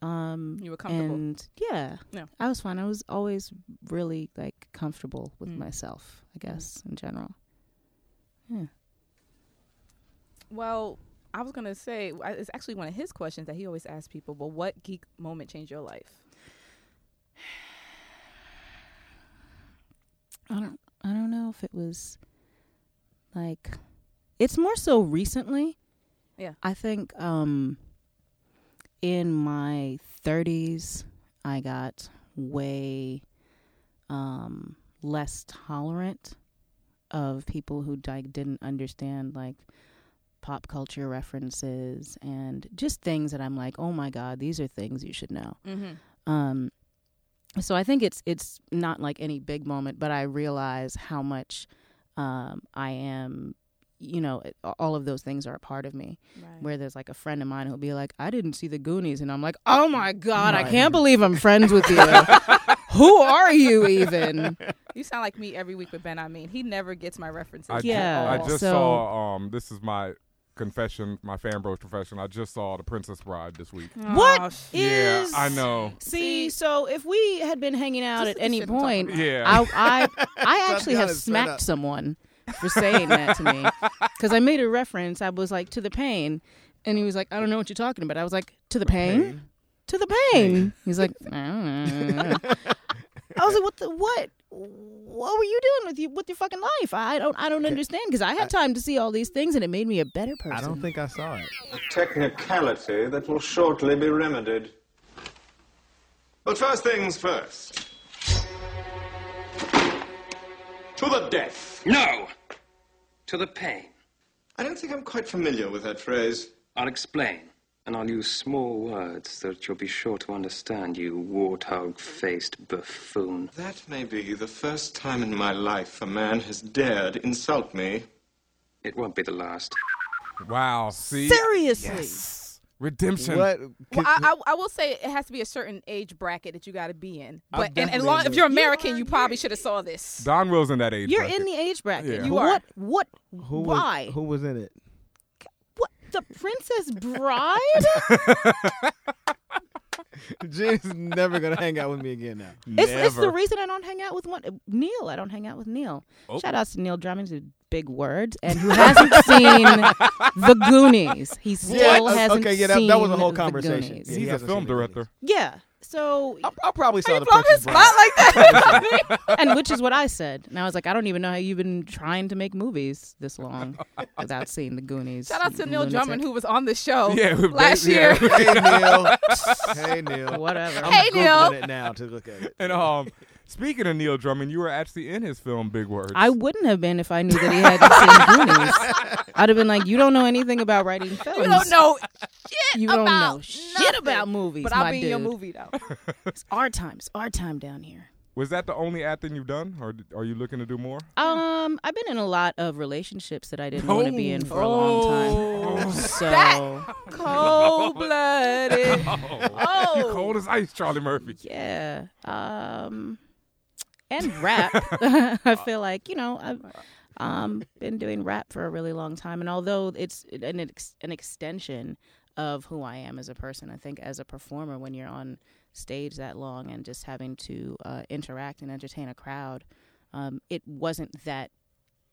Speaker 4: Um,
Speaker 1: You were comfortable.
Speaker 4: and yeah,
Speaker 1: Yeah.
Speaker 4: I was fine. I was always really like comfortable with
Speaker 1: Mm.
Speaker 4: myself, I guess, in general.
Speaker 1: Well, I was gonna say I- it's actually one of his questions that he always asks people. Well, what geek moment changed your life?
Speaker 4: I don't I don't know if it was like it's more so recently.
Speaker 1: Yeah.
Speaker 4: I think um in my 30s I got way um less tolerant of people who like didn't understand like pop culture references and just things that I'm like, "Oh my god, these are things you should know."
Speaker 1: Mm-hmm.
Speaker 4: Um, so I think it's it's not like any big moment, but I realize how much um, I am. You know, it- all of those things are a part of me.
Speaker 1: Right.
Speaker 4: Where there's like a friend of mine who'll be like, "I didn't see the Goonies," and I'm like, "Oh my god, I
Speaker 3: Right.
Speaker 4: can't believe I'm friends with you. Who are you even?"
Speaker 1: You sound like me every week with Ben. I mean, he never gets my references.
Speaker 2: I
Speaker 1: at
Speaker 2: ju-
Speaker 4: Yeah,
Speaker 2: I
Speaker 1: all.
Speaker 2: just
Speaker 4: so-
Speaker 2: saw. Um, this is my confession, my fan bros confession. I just saw The Princess Bride this week.
Speaker 1: Aw,
Speaker 4: What?
Speaker 1: sh-
Speaker 2: yeah,
Speaker 4: Is-
Speaker 2: I know.
Speaker 4: See, so if we had been hanging out
Speaker 1: This
Speaker 4: at
Speaker 1: is the
Speaker 4: any
Speaker 1: shit I'm talking
Speaker 4: point,
Speaker 1: about.
Speaker 2: Yeah,
Speaker 4: I I, I
Speaker 3: Let's
Speaker 4: actually
Speaker 3: be
Speaker 4: have
Speaker 3: honest, straight up.
Speaker 4: smacked someone for saying that to me because I made a reference. I was like to the pain, and he was like, "I don't know what you're talking about." I was like, "To the pain, to the pain." He's like, "I don't know." I was like, "What the what? what were you doing with you with your fucking life? I don't I don't understand because I had time to see all these things and it made me a better person.
Speaker 3: I don't think I saw it.
Speaker 6: technicality that will shortly be remedied. But first things first. To the death.
Speaker 7: No! To the pain.
Speaker 6: I don't think I'm quite familiar with that phrase.
Speaker 7: I'll explain. And I'll use small words that you'll be sure to understand, you warthog faced buffoon.
Speaker 6: That may be the first time in my life a man has dared insult me.
Speaker 7: It won't be the last.
Speaker 2: Wow. See?
Speaker 4: Seriously.
Speaker 2: Redemption.
Speaker 3: What?
Speaker 1: Well, I, I, I will say it has to be a certain age bracket that you got to be in.
Speaker 3: I'm
Speaker 1: But and, and
Speaker 3: definitely
Speaker 1: long,
Speaker 3: in
Speaker 1: if
Speaker 3: the-
Speaker 1: you're American, you probably should have saw this.
Speaker 2: Don Will's in that age.
Speaker 4: You're
Speaker 2: bracket.
Speaker 4: in the age bracket.
Speaker 2: Yeah.
Speaker 4: You
Speaker 1: You are.
Speaker 4: What what
Speaker 3: Who was-
Speaker 4: why?
Speaker 3: who was in it?
Speaker 4: What the Princess Bride?
Speaker 3: Gene's never gonna hang out with me again now.
Speaker 4: it's, it's the
Speaker 2: Never.
Speaker 4: reason I don't hang out with one Neil. I don't hang out with Neil.
Speaker 2: Oh.
Speaker 4: Shout outs to Neil Drummond, who's big words, and who hasn't seen The Goonies. He still
Speaker 3: Yeah,
Speaker 4: hasn't
Speaker 3: okay, yeah, that,
Speaker 4: seen
Speaker 3: that was a whole
Speaker 4: The
Speaker 3: conversation.
Speaker 4: Goonies.
Speaker 3: Yeah, Oh, he
Speaker 2: He's a
Speaker 3: hasn't
Speaker 2: film
Speaker 3: seen it.
Speaker 2: director.
Speaker 4: Yeah. So,
Speaker 3: I, I probably saw the
Speaker 1: Blow his
Speaker 3: Princess
Speaker 1: spot
Speaker 3: Bride.
Speaker 1: like that.
Speaker 4: and which is what I said. And I was like, I don't even know how you've been trying to make movies this long without seeing The Goonies.
Speaker 1: Shout out to
Speaker 4: you
Speaker 1: Neil
Speaker 4: lunatic.
Speaker 1: Drummond who was on the show
Speaker 2: Yeah, with
Speaker 1: last
Speaker 2: Dave-
Speaker 1: year.
Speaker 2: yeah.
Speaker 3: Hey Neil. Hey Neil.
Speaker 4: Whatever.
Speaker 3: I'm
Speaker 1: Hey,
Speaker 3: Googling
Speaker 1: Neil.
Speaker 3: it now to look at it.
Speaker 2: And um, speaking of Neil Drummond, you were actually in his film Big Words.
Speaker 4: I wouldn't have been if I knew that he hadn't seen Goonies. I'd have been like, you don't know anything about writing films.
Speaker 1: You don't know shit
Speaker 4: You don't
Speaker 1: about
Speaker 4: know shit
Speaker 1: nothing.
Speaker 4: about movies,
Speaker 1: But I'll
Speaker 4: my
Speaker 1: be in your
Speaker 4: dude.
Speaker 1: movie though.
Speaker 4: It's our time. It's our time down here.
Speaker 2: was that the only acting you've done, or d- are you looking to do more?
Speaker 4: Um, I've been in a lot of relationships that I didn't want to be in for a long time. So
Speaker 1: Cold blooded. Oh,
Speaker 2: You cold as ice, Charlie Murphy.
Speaker 4: yeah. Um, and rap. I feel like you know I've um been doing rap for a really long time, and although it's an ex- an extension of who I am as a person, I think as a performer, when you're on stage that long and just having to uh, interact and entertain a crowd, um, it wasn't that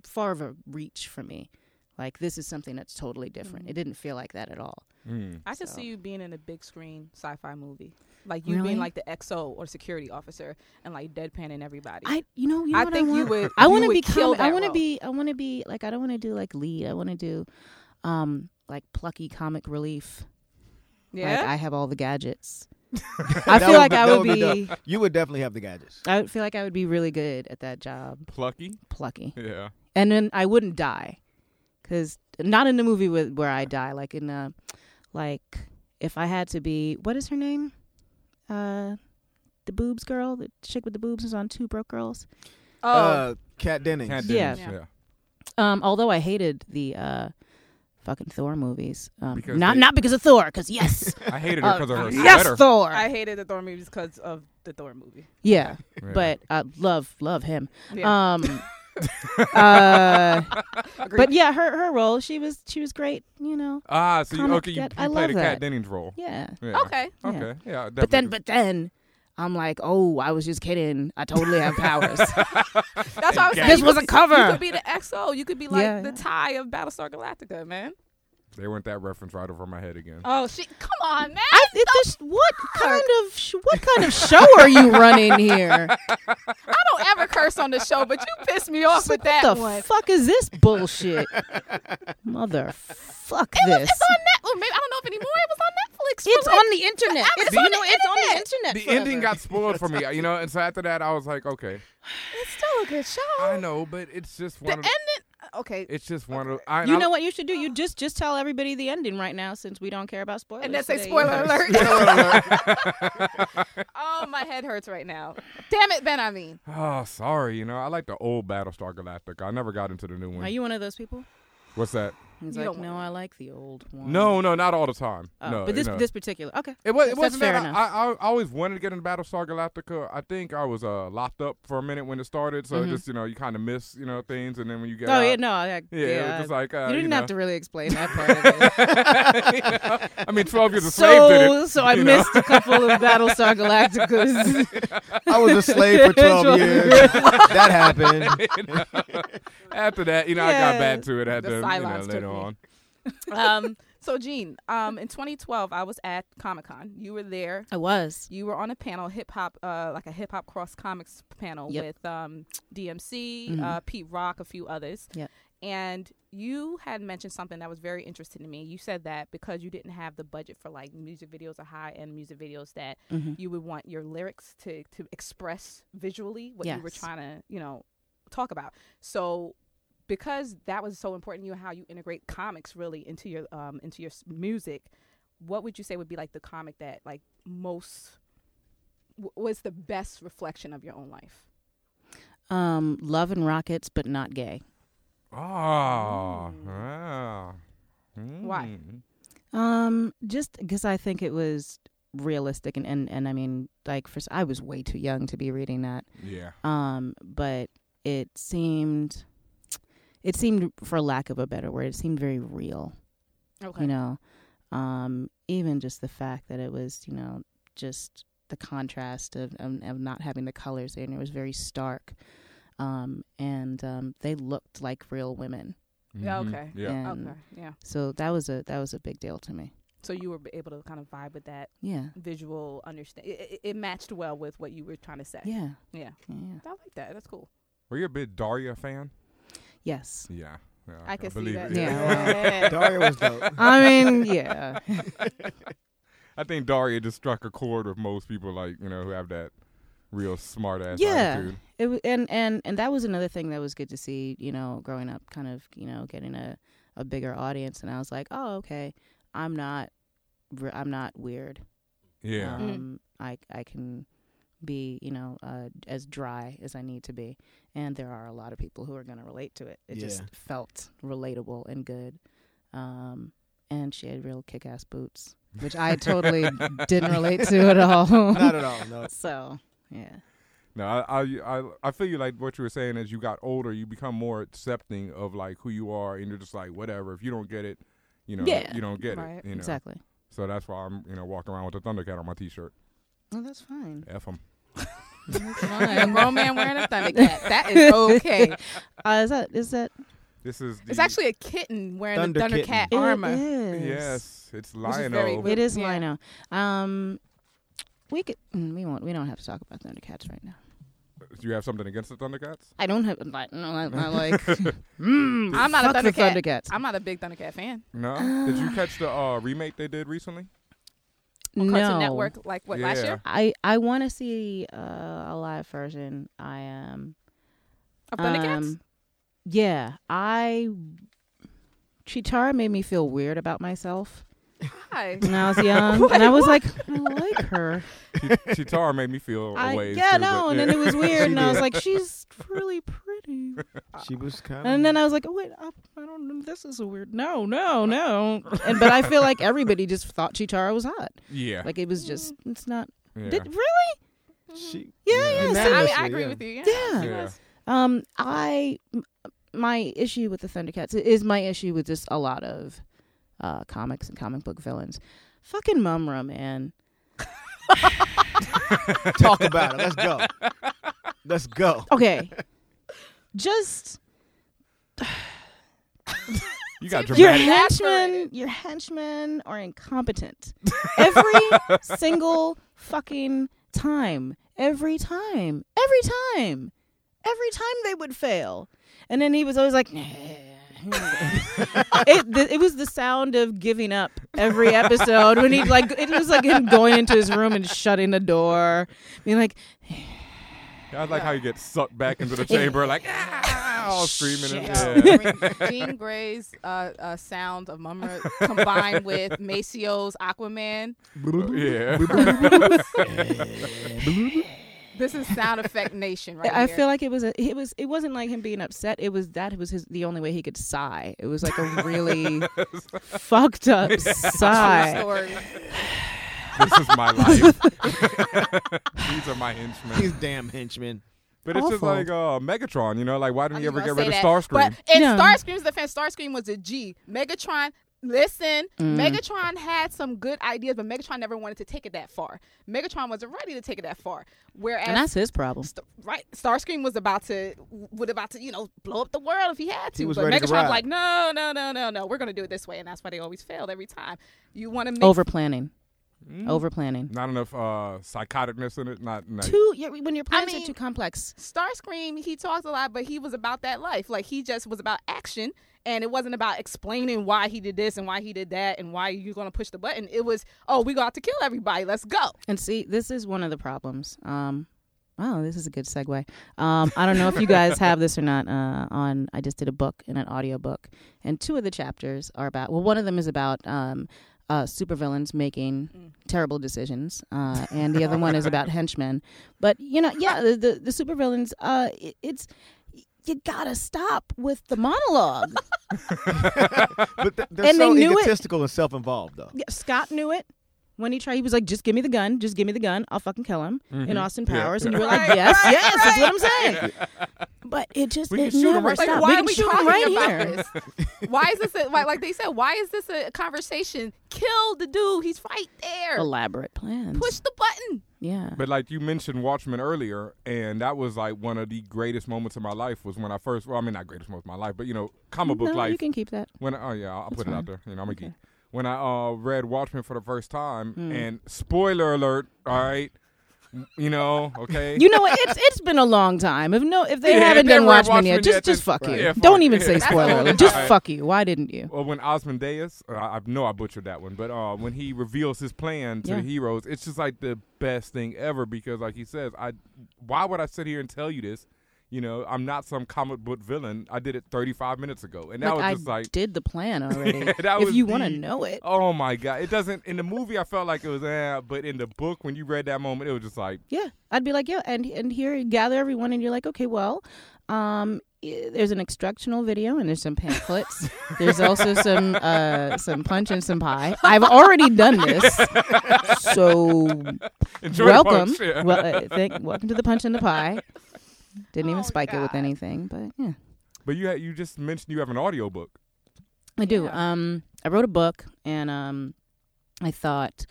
Speaker 4: far of a reach for me. Like this is something that's totally
Speaker 1: Mm-hmm.
Speaker 4: different. It didn't feel like that at all.
Speaker 2: Mm.
Speaker 1: I can
Speaker 4: So.
Speaker 1: see you being in a big screen sci-fi movie, like you
Speaker 4: Really?
Speaker 1: being like the XO or security officer and like deadpanning everybody.
Speaker 4: I, you know, you know
Speaker 1: I
Speaker 4: what
Speaker 1: think
Speaker 4: I
Speaker 1: you
Speaker 4: want?
Speaker 1: would.
Speaker 4: I want
Speaker 1: you
Speaker 4: to
Speaker 1: would
Speaker 4: be.
Speaker 1: kill
Speaker 4: Com- I
Speaker 1: that
Speaker 4: want to
Speaker 1: role.
Speaker 4: be. I want to be like. I don't want to do like lead. I want to do, um, like plucky comic relief.
Speaker 1: Yeah.
Speaker 4: Like I have all the gadgets. I
Speaker 3: That
Speaker 4: feel like
Speaker 3: be-
Speaker 4: I
Speaker 3: that
Speaker 4: would be.
Speaker 3: dope. You would definitely have the gadgets.
Speaker 4: I would feel like I would be really good at that job,
Speaker 2: Plucky.
Speaker 4: plucky,
Speaker 2: Yeah.
Speaker 4: and then I wouldn't die, because not in the movie with, where I die. Like in uh like if I had to be. What is her name? Uh, the boobs girl, the chick with the boobs is on Two Broke Girls.
Speaker 1: oh,
Speaker 3: Uh, Kat Dennings.
Speaker 2: Cat
Speaker 4: Yeah.
Speaker 2: Dennings,
Speaker 1: Yeah.
Speaker 2: yeah.
Speaker 4: Um, although I hated the uh, fucking Thor movies, um,
Speaker 2: Because
Speaker 4: not
Speaker 2: they-
Speaker 4: not because of Thor, because yes,
Speaker 2: I hated her because of her
Speaker 4: Uh, yes,
Speaker 2: sweater.
Speaker 4: Thor,
Speaker 1: I hated the Thor movies because of the Thor movie.
Speaker 4: yeah,
Speaker 2: Yeah.
Speaker 4: but I love love him.
Speaker 1: Yeah.
Speaker 4: Um, uh,
Speaker 1: Agreed.
Speaker 4: but yeah, her her role, she was she was great, you know,
Speaker 2: ah, so you,
Speaker 4: comic
Speaker 2: okay, you, you
Speaker 4: get- I
Speaker 2: played a
Speaker 4: love
Speaker 2: Cat
Speaker 4: that.
Speaker 2: Dennings role.
Speaker 4: yeah.
Speaker 2: Yeah.
Speaker 1: okay.
Speaker 4: yeah.
Speaker 2: Okay. Yeah.
Speaker 4: But then,
Speaker 2: definitely.
Speaker 4: but then. I'm like, oh, I was just kidding. I totally have powers.
Speaker 1: That's why I was saying
Speaker 4: This
Speaker 1: you
Speaker 4: was
Speaker 1: could-
Speaker 4: a cover.
Speaker 1: You could be the XO. You could be like
Speaker 4: Yeah,
Speaker 1: the
Speaker 4: yeah.
Speaker 1: tie of Battlestar Galactica, man.
Speaker 2: they weren't that reference right over my head again.
Speaker 1: Oh shit! Come on, man.
Speaker 4: I, it, this, what kind of sh- what kind of show are you running here?
Speaker 1: I don't ever curse on the show, but you pissed me off with that
Speaker 4: the
Speaker 1: one.
Speaker 4: fuck is this bullshit? Mother, fuck
Speaker 1: It was-
Speaker 4: this.
Speaker 1: it's on Netflix. maybe I don't know if anymore. It was on Netflix.
Speaker 4: It's
Speaker 1: for,
Speaker 4: on
Speaker 1: like-
Speaker 4: the internet.
Speaker 1: It's
Speaker 4: It's
Speaker 1: on
Speaker 4: on,
Speaker 1: the
Speaker 4: it's on
Speaker 1: internet.
Speaker 4: the internet.
Speaker 2: the
Speaker 4: forever.
Speaker 2: ending got spoiled for me, you know, and so after that, I was like, okay,
Speaker 1: It's still a good show.
Speaker 4: Oh,
Speaker 2: I know, but it's just
Speaker 1: The
Speaker 2: one. Of,
Speaker 1: ending. uh, Okay.
Speaker 2: it's just one of. I,
Speaker 4: You
Speaker 2: I-
Speaker 4: know what you should do? You just just tell everybody the ending right now, since we don't care about spoilers.
Speaker 1: And that's a
Speaker 4: today.
Speaker 1: spoiler alert. oh, my head hurts right now. Damn it, Ben. I mean,
Speaker 2: Oh, sorry. You know, I like the old Battlestar Galactica. I never got into the new one.
Speaker 4: Are you one of those people?
Speaker 2: What's that?
Speaker 4: He's
Speaker 1: You
Speaker 4: like,
Speaker 1: don't
Speaker 4: no,
Speaker 1: want
Speaker 4: I like the old one.
Speaker 2: No, no, not all the time.
Speaker 4: Oh,
Speaker 2: no,
Speaker 4: but this
Speaker 2: no.
Speaker 4: this particular. Okay,
Speaker 2: it, was, it
Speaker 4: that's
Speaker 2: wasn't
Speaker 4: fair
Speaker 2: that. I,
Speaker 4: enough.
Speaker 2: I, I always wanted to get into Battlestar Galactica. I think I was uh, locked up for a minute when it started, so it just you know you kind of miss you know things, and then when you get
Speaker 4: Mm-hmm. oh
Speaker 2: out,
Speaker 4: yeah, no, I, I-
Speaker 2: yeah, it was
Speaker 4: I-
Speaker 2: just like, uh,
Speaker 4: you
Speaker 2: you
Speaker 4: didn't
Speaker 2: know.
Speaker 4: have to really explain that part. Of it.
Speaker 2: I mean, twelve years a slave did
Speaker 4: so
Speaker 2: it.
Speaker 4: so I
Speaker 2: you know.
Speaker 4: missed a couple of Battlestar Galacticas.
Speaker 3: I was a slave for 12
Speaker 4: 12
Speaker 3: years. that happened.
Speaker 2: After that, you know, I got
Speaker 4: Yeah.
Speaker 2: back to it. Had
Speaker 1: The
Speaker 2: to you know,
Speaker 1: Cylons took
Speaker 2: later
Speaker 1: me.
Speaker 2: on.
Speaker 4: um,
Speaker 1: So, Gene, um, in 2012, I was at Comic Con. You were there.
Speaker 4: I was.
Speaker 1: You were on a panel, hip hop, uh, like a hip hop cross comics panel
Speaker 4: Yep.
Speaker 1: with um, DMC,
Speaker 4: Mhm.
Speaker 1: uh, Pete Rock, a few others.
Speaker 4: Yep.
Speaker 1: And you had mentioned something that was very interesting to me. You said that because you didn't have the budget for like music videos or high end music videos, that
Speaker 4: Mhm.
Speaker 1: you would want your lyrics to to express visually what you were
Speaker 4: Yes.
Speaker 1: trying to you know talk about. So because that was so important to you, how you integrate comics really into your um into your s- music, what would you say would be like the comic that like most w- was the best reflection of your own life?
Speaker 4: Um, Love and Rockets, but not gay.
Speaker 2: Ah.
Speaker 4: Mm.
Speaker 2: ah.
Speaker 1: Why?
Speaker 2: Mm.
Speaker 4: Um, just because I think it was realistic and, and and I mean, like for s- I was way too young to be reading that.
Speaker 5: Yeah.
Speaker 4: Um, but it seemed, it seemed, for lack of a better word, it seemed very real.
Speaker 1: Okay.
Speaker 4: you know um even just the fact that it was you know just the contrast of of, of not having the colors there and it was very stark um and um they looked like real women
Speaker 1: Yeah,
Speaker 2: Mhm.
Speaker 1: okay.
Speaker 2: Yeah.
Speaker 4: and
Speaker 1: Okay. Yeah.
Speaker 4: so that was a that was a big deal to me
Speaker 1: So you were able to kind of vibe with that
Speaker 4: yeah
Speaker 1: visual understand. It, it- it matched well with what you were trying to say.
Speaker 4: yeah
Speaker 1: Yeah.
Speaker 4: yeah
Speaker 1: I like that. That's cool.
Speaker 2: Were you a big Daria fan?
Speaker 4: yes
Speaker 2: Yeah. yeah
Speaker 1: I can see
Speaker 2: believe
Speaker 1: that.
Speaker 2: it.
Speaker 4: Yeah.
Speaker 3: Daria was dope.
Speaker 4: i mean yeah
Speaker 2: I think Daria just struck a chord with most people, like you know, who have that real smart ass
Speaker 4: yeah
Speaker 2: attitude.
Speaker 4: it wa- and and and that was another thing that was good to see you know growing up kind of you know getting a a bigger audience and i was like oh okay i'm not re- i'm not weird
Speaker 2: Yeah.
Speaker 1: Mm.
Speaker 4: um, I I can be you know uh, as dry as I need to be, and there are a lot of people who are going to relate to it. It just
Speaker 3: Yeah.
Speaker 4: felt relatable and good. Um, and she had real kick-ass boots, which I totally didn't relate to at all.
Speaker 3: Not at all. No.
Speaker 4: so yeah,
Speaker 2: No, I, I I I feel you like what you were saying as you got older, you become more accepting of like who you are, and you're just like whatever. If you don't get it, you know,
Speaker 4: Yeah.
Speaker 2: you don't get
Speaker 1: Right.
Speaker 2: it. You know,
Speaker 4: exactly.
Speaker 2: so that's why I'm you know walking around with a Thundercat on my T-shirt.
Speaker 4: No, Oh, that's fine.
Speaker 2: F 'em.
Speaker 4: That's
Speaker 1: A
Speaker 4: fine. uh,
Speaker 1: grown man wearing a thundercat. That is okay.
Speaker 4: is that is that
Speaker 2: This is
Speaker 1: It's
Speaker 2: the-
Speaker 1: actually a kitten wearing
Speaker 3: Thunder
Speaker 1: the
Speaker 3: kitten.
Speaker 1: thundercat
Speaker 4: it
Speaker 1: armor.
Speaker 4: is.
Speaker 2: yes, it's
Speaker 1: is very
Speaker 2: Lionel.
Speaker 1: weird.
Speaker 4: It is
Speaker 1: Yeah.
Speaker 4: Lino. Um, we could mm, we won't we don't have to talk about Thundercats right now.
Speaker 2: Do you have something against the Thundercats?
Speaker 4: I don't have like no, I, I like. mm,
Speaker 1: I'm not a
Speaker 4: fuck the
Speaker 1: Thundercat.
Speaker 4: Thundercats.
Speaker 1: I'm not a big Thundercat fan.
Speaker 2: No. Did you catch the uh, remake they did recently?
Speaker 1: On
Speaker 4: No.
Speaker 1: Cartoon Network, like what last
Speaker 2: Yeah.
Speaker 1: year
Speaker 4: I I want to see uh, a live version. I am.
Speaker 1: of
Speaker 4: Um,
Speaker 1: Thundercats.
Speaker 4: um, yeah, I. Chitara made me feel weird about myself
Speaker 1: Hi.
Speaker 4: when I was young, and I was like, I like her.
Speaker 2: Chitara made me feel
Speaker 4: I,
Speaker 2: away.
Speaker 4: yeah,
Speaker 2: too,
Speaker 4: no,
Speaker 2: but-
Speaker 4: and then
Speaker 2: yeah.
Speaker 4: it was weird, and I was like, she's really pretty.
Speaker 3: She was kind
Speaker 4: And then I was like, oh, wait, I, I don't know. This is a weird. No, no, no. And but I feel like everybody just thought Chitara was hot.
Speaker 2: yeah,
Speaker 4: Like it was just. It's not.
Speaker 2: yeah.
Speaker 4: Did really?
Speaker 3: She.
Speaker 4: Yeah, yeah.
Speaker 1: So,
Speaker 4: so-
Speaker 1: I mean, I
Speaker 3: Unanimously,
Speaker 1: agree
Speaker 3: yeah.
Speaker 1: with you. Yeah.
Speaker 4: Yeah.
Speaker 1: She
Speaker 2: Yeah.
Speaker 1: was-
Speaker 4: Um, I m- my issue with the Thundercats is my issue with just a lot of uh, comics and comic book villains. Fucking Mumra, man.
Speaker 3: Talk about it. Let's go. Let's go.
Speaker 4: Okay, just
Speaker 2: You got
Speaker 4: your
Speaker 2: dramatic.
Speaker 4: henchmen. Your henchmen are incompetent every single fucking time. Every time. Every time. Every time they would fail, and then he was always like. it, th- it was the sound of giving up every episode when he like it was like him going into his room and shutting the door being like
Speaker 2: I like how you get sucked back into the chamber, like ah, all screaming. And,
Speaker 4: Shit.
Speaker 2: yeah.
Speaker 1: Jean- Jean Grey's uh, uh, sound of Mumra combined with Macio's Aquaman.
Speaker 2: yeah.
Speaker 1: This is sound effect nation, right?
Speaker 4: I
Speaker 1: here.
Speaker 4: feel like it was a it was it wasn't like him being upset it was that it was his the only way he could sigh it was like a really fucked up
Speaker 1: True
Speaker 4: sigh
Speaker 1: story.
Speaker 2: this is my life. These are my henchmen.
Speaker 3: These damn henchmen.
Speaker 2: But it's just
Speaker 4: awful. Oh,
Speaker 2: like uh, Megatron, you know, like why didn't
Speaker 1: I'm
Speaker 2: you ever
Speaker 1: just
Speaker 2: get
Speaker 1: gonna
Speaker 2: rid of
Speaker 1: say that.
Speaker 2: Starscream?
Speaker 1: But in
Speaker 4: No.
Speaker 1: Starscream's defense, Starscream was a G. Megatron Listen,
Speaker 4: Mm.
Speaker 1: Megatron had some good ideas, but Megatron never wanted to take it that far. Megatron wasn't ready to take it that far. Whereas
Speaker 4: and that's his problem.
Speaker 1: St- right, Starscream was about to would about to you know blow up the world if he had to.
Speaker 3: He was
Speaker 1: but
Speaker 3: ready to
Speaker 1: Megatron's
Speaker 3: ride.
Speaker 1: like, no, no, no, no, no. We're gonna do it this way, and that's why they always failed every time. You want to make
Speaker 4: Over planning,
Speaker 1: Mm-hmm.
Speaker 4: over planning.
Speaker 2: Mm. Not enough uh, psychoticness in it. Not, not
Speaker 4: Too you're, when your plans
Speaker 1: mean-
Speaker 4: are too complex.
Speaker 1: Starscream, he talked a lot, but he was about that life. Like he just was about action, and it wasn't about explaining why he did this and why he did that and why you're gonna push the button. It was, oh, we got to kill everybody. Let's go.
Speaker 4: And see, this is one of the problems. Um, wow, this is a good segue. Um, I don't know if you guys have this or not. Uh, on I just did a book and an audio book, and two of the chapters are about. Well, one of them is about um, uh, supervillains making terrible decisions, uh, and the other one is about henchmen. But you know, yeah, the the, the supervillains. Uh, it, it's you gotta stop with the monologue.
Speaker 3: But th- they're
Speaker 4: And they
Speaker 3: so
Speaker 4: knew it.
Speaker 3: egotistical and self-involved, though.
Speaker 4: Yeah, Scott knew it when he tried. He was like, "Just give me the gun. Just give me the gun. I'll fucking kill him."
Speaker 2: Mm-hmm.
Speaker 4: In Austin Powers, and you were like,
Speaker 1: Right,
Speaker 4: "Yes,
Speaker 1: right,
Speaker 4: yes, that's what I'm saying." But it just
Speaker 2: We can
Speaker 4: it
Speaker 2: shoot him
Speaker 4: never
Speaker 2: right
Speaker 1: Like,
Speaker 4: stopped.
Speaker 1: why
Speaker 4: we
Speaker 1: are
Speaker 4: can
Speaker 1: we
Speaker 4: shoot him
Speaker 1: talking
Speaker 4: right
Speaker 1: about
Speaker 4: here.
Speaker 1: this? Why is this? A, why, like they said, why is this a conversation? Kill the dude. He's right there.
Speaker 4: Elaborate plans.
Speaker 1: Push the button.
Speaker 4: Yeah.
Speaker 2: But like you mentioned Watchmen earlier, and that was like one of the greatest moments of my life was when I first. Well, I mean not greatest moments of my life, but you know, comic book
Speaker 4: no,
Speaker 2: life.
Speaker 4: you can keep that.
Speaker 2: when I, oh yeah, I'll I'll put it out
Speaker 4: fine.
Speaker 2: there. You know, I'm a geek. When I uh, read Watchmen for the first time,
Speaker 4: Hmm.
Speaker 2: and spoiler alert, all right, you know, okay,
Speaker 4: You know what? It's it's been a long time. If no, if they
Speaker 2: Yeah, if
Speaker 4: haven't
Speaker 2: they
Speaker 4: done
Speaker 2: haven't read
Speaker 4: Watchmen yet,
Speaker 2: Watchmen
Speaker 4: just
Speaker 2: yet,
Speaker 4: just
Speaker 2: then-
Speaker 4: fuck you.
Speaker 2: Yeah, fuck
Speaker 4: Don't
Speaker 2: it.
Speaker 4: even say
Speaker 2: That's
Speaker 4: spoiler.
Speaker 1: all
Speaker 4: alert.
Speaker 1: it
Speaker 4: Just
Speaker 2: is.
Speaker 4: fuck you. Why didn't you?
Speaker 2: Well, when Osmondeus, uh, I know I butchered that one, but uh, when he reveals his plan to
Speaker 4: Yeah.
Speaker 2: the heroes, it's just like the best thing ever because, like he says, I why would I sit here and tell you this? You know, I'm not some comic book villain. I did it 35 minutes ago, and that
Speaker 4: like
Speaker 2: was
Speaker 4: I
Speaker 2: just like,
Speaker 4: did the plan already.
Speaker 2: that
Speaker 4: if
Speaker 2: was
Speaker 4: you want to
Speaker 2: the-
Speaker 4: know it,
Speaker 2: oh my god, it doesn't. In the movie, I felt like it was, eh, but in the book, when you read that moment, it was just like,
Speaker 4: Yeah, I'd be like, yeah, and and here you gather everyone, and you're like, okay, well, um, i- there's an instructional video, and there's some pamphlets. there's also some uh, some punch and some pie. I've already done this, so
Speaker 2: enjoy
Speaker 4: welcome,
Speaker 2: The punch. Yeah.
Speaker 4: well, uh, thank, welcome to the punch and the pie. Didn't
Speaker 1: Oh,
Speaker 4: even spike it with
Speaker 1: God.
Speaker 4: anything, but yeah,
Speaker 2: but you had, you just mentioned you have an audio book.
Speaker 4: I do.
Speaker 1: Yeah.
Speaker 4: Um, I wrote a book, and um, I thought,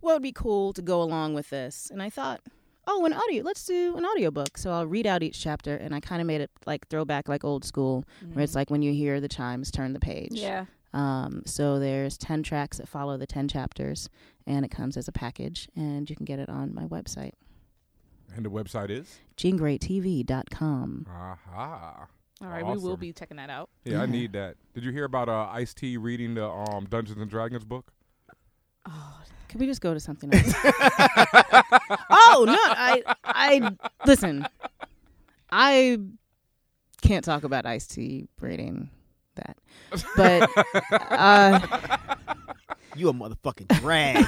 Speaker 4: what would be cool to go along with this? And I thought, oh, an audio. Let's do an audiobook. So I'll read out each chapter, and I kind of made it like throwback, like old school, where
Speaker 1: Mm.
Speaker 4: it's like when you hear the chimes, turn the page. Um, so there's ten tracks that follow the ten chapters, and it comes as a package, and you can get it on my website,
Speaker 2: And the website is?
Speaker 4: JeanGrayTV.com.
Speaker 2: Aha.
Speaker 1: All right, we will
Speaker 2: Awesome.
Speaker 1: be checking that out.
Speaker 2: Yeah, I need that. Did you hear about uh, Ice T reading the um, Dungeons and Dragons book?
Speaker 4: Can we just go to something else? oh no, I I listen. I can't talk about Ice T reading that, but uh,
Speaker 3: You a motherfucking dragon.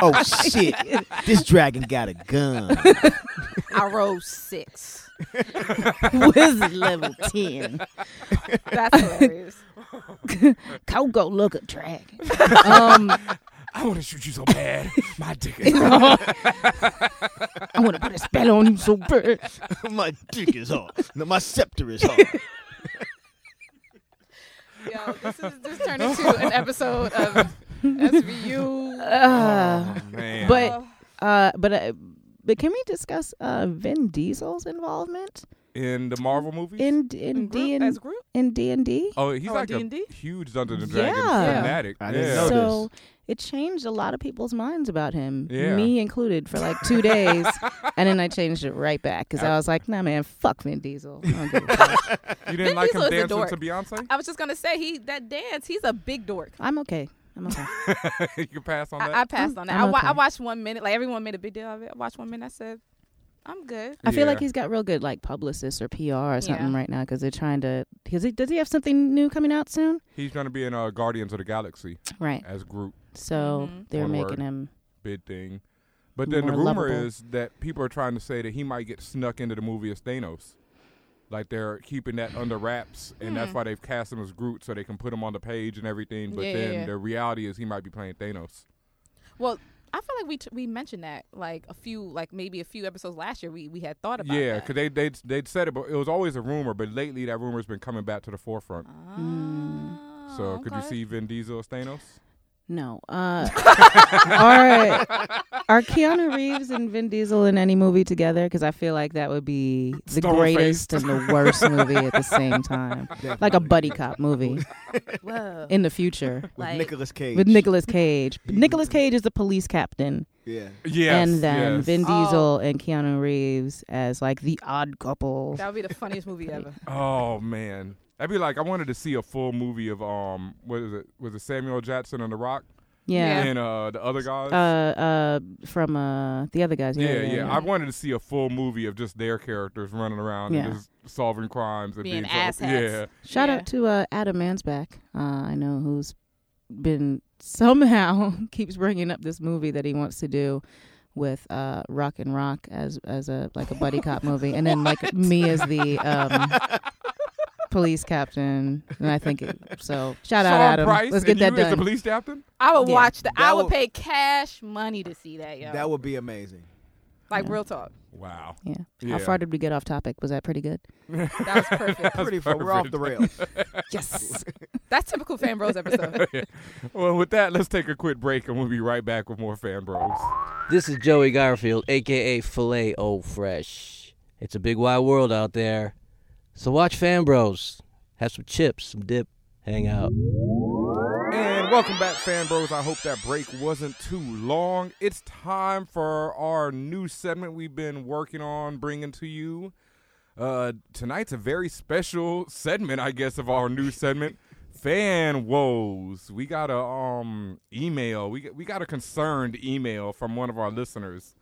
Speaker 3: oh shit! This dragon got a gun.
Speaker 1: I rolled six.
Speaker 4: Wiz level ten.
Speaker 1: That's hilarious.
Speaker 4: Coco look a dragon. Um,
Speaker 2: I want to shoot you so bad. My dick is.
Speaker 4: I want to put a spell on you so bad.
Speaker 3: my dick is hard. No, my scepter is hard.
Speaker 1: Yo, this is this turned into an episode of SVU.
Speaker 4: Uh,
Speaker 2: Oh, man.
Speaker 4: but uh, but uh, but can we discuss uh, Vin Diesel's involvement
Speaker 2: in the Marvel movies?
Speaker 4: in in
Speaker 1: Group
Speaker 4: D
Speaker 1: as
Speaker 4: and
Speaker 1: group.
Speaker 4: in D and D?
Speaker 2: oh, he's
Speaker 1: Oh,
Speaker 2: like
Speaker 1: D&D?
Speaker 2: a huge Dungeons and Dragons
Speaker 4: Yeah.
Speaker 2: fanatic.
Speaker 3: I didn't
Speaker 2: yeah.
Speaker 3: know that.
Speaker 4: So it changed a lot of people's minds about him,
Speaker 2: Yeah.
Speaker 4: me included, for like two days, and then I changed it right back because I was like, "Nah, man, fuck Vin Diesel." I don't give a fuck.
Speaker 2: You didn't
Speaker 1: Vin
Speaker 2: like
Speaker 1: Diesel
Speaker 2: him
Speaker 1: is a
Speaker 2: dancing
Speaker 1: dork.
Speaker 2: to Beyonce?
Speaker 1: I was just gonna say he that dance. He's a big dork.
Speaker 4: I'm okay. I'm okay.
Speaker 2: you can pass on that.
Speaker 1: I, I passed on that.
Speaker 4: I'm
Speaker 1: I, wa-
Speaker 4: okay.
Speaker 1: I watched one minute. Like everyone made a big deal of it. I watched one minute. I said, I'm good.
Speaker 4: I feel like
Speaker 2: Yeah.
Speaker 4: he's got real good like publicists or PR or something
Speaker 1: Yeah.
Speaker 4: right now because they're trying to. Because he, does he have something new coming out soon?
Speaker 2: he's going to be in uh, Guardians of the Galaxy
Speaker 4: Right.
Speaker 2: as group.
Speaker 4: So
Speaker 1: Mhm.
Speaker 4: they're
Speaker 2: Mm-hmm. One word.
Speaker 4: making him.
Speaker 2: big thing. But then the
Speaker 4: More
Speaker 2: rumor
Speaker 4: lovable.
Speaker 2: is that people are trying to say that he might get snuck into the movie as Thanos. Like they're keeping that under wraps, and that's why they've cast him as Groot so they can put him on the page and everything.
Speaker 1: Hmm.
Speaker 2: But
Speaker 1: Yeah, yeah,
Speaker 2: then
Speaker 1: yeah.
Speaker 2: the reality is he might be playing Thanos.
Speaker 1: Well, I feel like we t- we mentioned that like a few like maybe a few episodes last year. We we had thought about
Speaker 2: Yeah,
Speaker 1: that.
Speaker 2: because they they they said it, but it was always a rumor. But lately, that rumor's been coming back to the forefront. Mm. So could you
Speaker 1: Ah, Oh, okay.
Speaker 2: see Vin Diesel as Thanos?
Speaker 4: No. Uh, are are Keanu Reeves and Vin Diesel in any movie together? Because I feel like that would be the greatest and the worst movie at the same time, like a buddy cop movie
Speaker 1: Whoa.
Speaker 4: in the future
Speaker 3: with
Speaker 1: like-
Speaker 3: Nicolas Cage.
Speaker 4: with Nicolas Cage. Nicolas Cage is the police captain,
Speaker 3: yeah.
Speaker 2: Yes.
Speaker 4: and then
Speaker 2: yes.
Speaker 4: Vin
Speaker 1: Oh.
Speaker 4: Diesel and Keanu Reeves as like the odd couple.
Speaker 1: That would be the funniest movie ever.
Speaker 2: Oh man, that'd be like I wanted to see a full movie of um, what is it? Was it Samuel Jackson and The Rock
Speaker 4: Yeah.
Speaker 2: and uh the other guys?
Speaker 4: Uh, uh, from uh, the other guys.
Speaker 2: yeah, yeah, I wanted to see a full movie of just their characters running around
Speaker 4: Yeah.
Speaker 2: and just solving crimes and
Speaker 1: Being
Speaker 2: being, so,
Speaker 1: asshats.
Speaker 2: yeah.
Speaker 4: Shout
Speaker 1: Yeah.
Speaker 4: out to uh, Adam Mansbach. Uh, I know who's been somehow keeps bringing up this movie that he wants to do with uh, Rock and Rock as as a like a buddy cop movie, and then like me as the um, police captain. And I think it, so. Shout out
Speaker 2: Sean
Speaker 4: Adam.
Speaker 2: Price
Speaker 4: Let's get
Speaker 2: and
Speaker 4: that
Speaker 2: you as the
Speaker 4: done.
Speaker 2: police captain.
Speaker 1: I would
Speaker 4: Yeah.
Speaker 1: watch that. I
Speaker 3: That
Speaker 1: would,
Speaker 3: would-
Speaker 1: pay cash money to see that, yo.
Speaker 3: That would be amazing.
Speaker 1: like
Speaker 4: Yeah.
Speaker 1: real talk.
Speaker 2: Wow.
Speaker 4: Yeah.
Speaker 2: Yeah.
Speaker 4: How far did we get off topic? Was that pretty good?
Speaker 1: That was perfect.
Speaker 3: Pretty fun. We're off the rails.
Speaker 4: Yes.
Speaker 1: That's typical Fan Bros episode.
Speaker 2: Well, with that, let's take a quick break and we'll be right back with more fan bros.
Speaker 8: This is Joey Garfield, aka Filet O Fresh. It's a big wide world out there. So watch Fan Bros. Have some chips, some dip, hang out.
Speaker 2: And welcome back, fan bros. I hope that break wasn't too long. It's time for our new segment we've been working on bringing to you. Uh, tonight's a very special segment, I guess, of our new segment, fan woes. We got a um email. We got, we got a concerned email from one of our listeners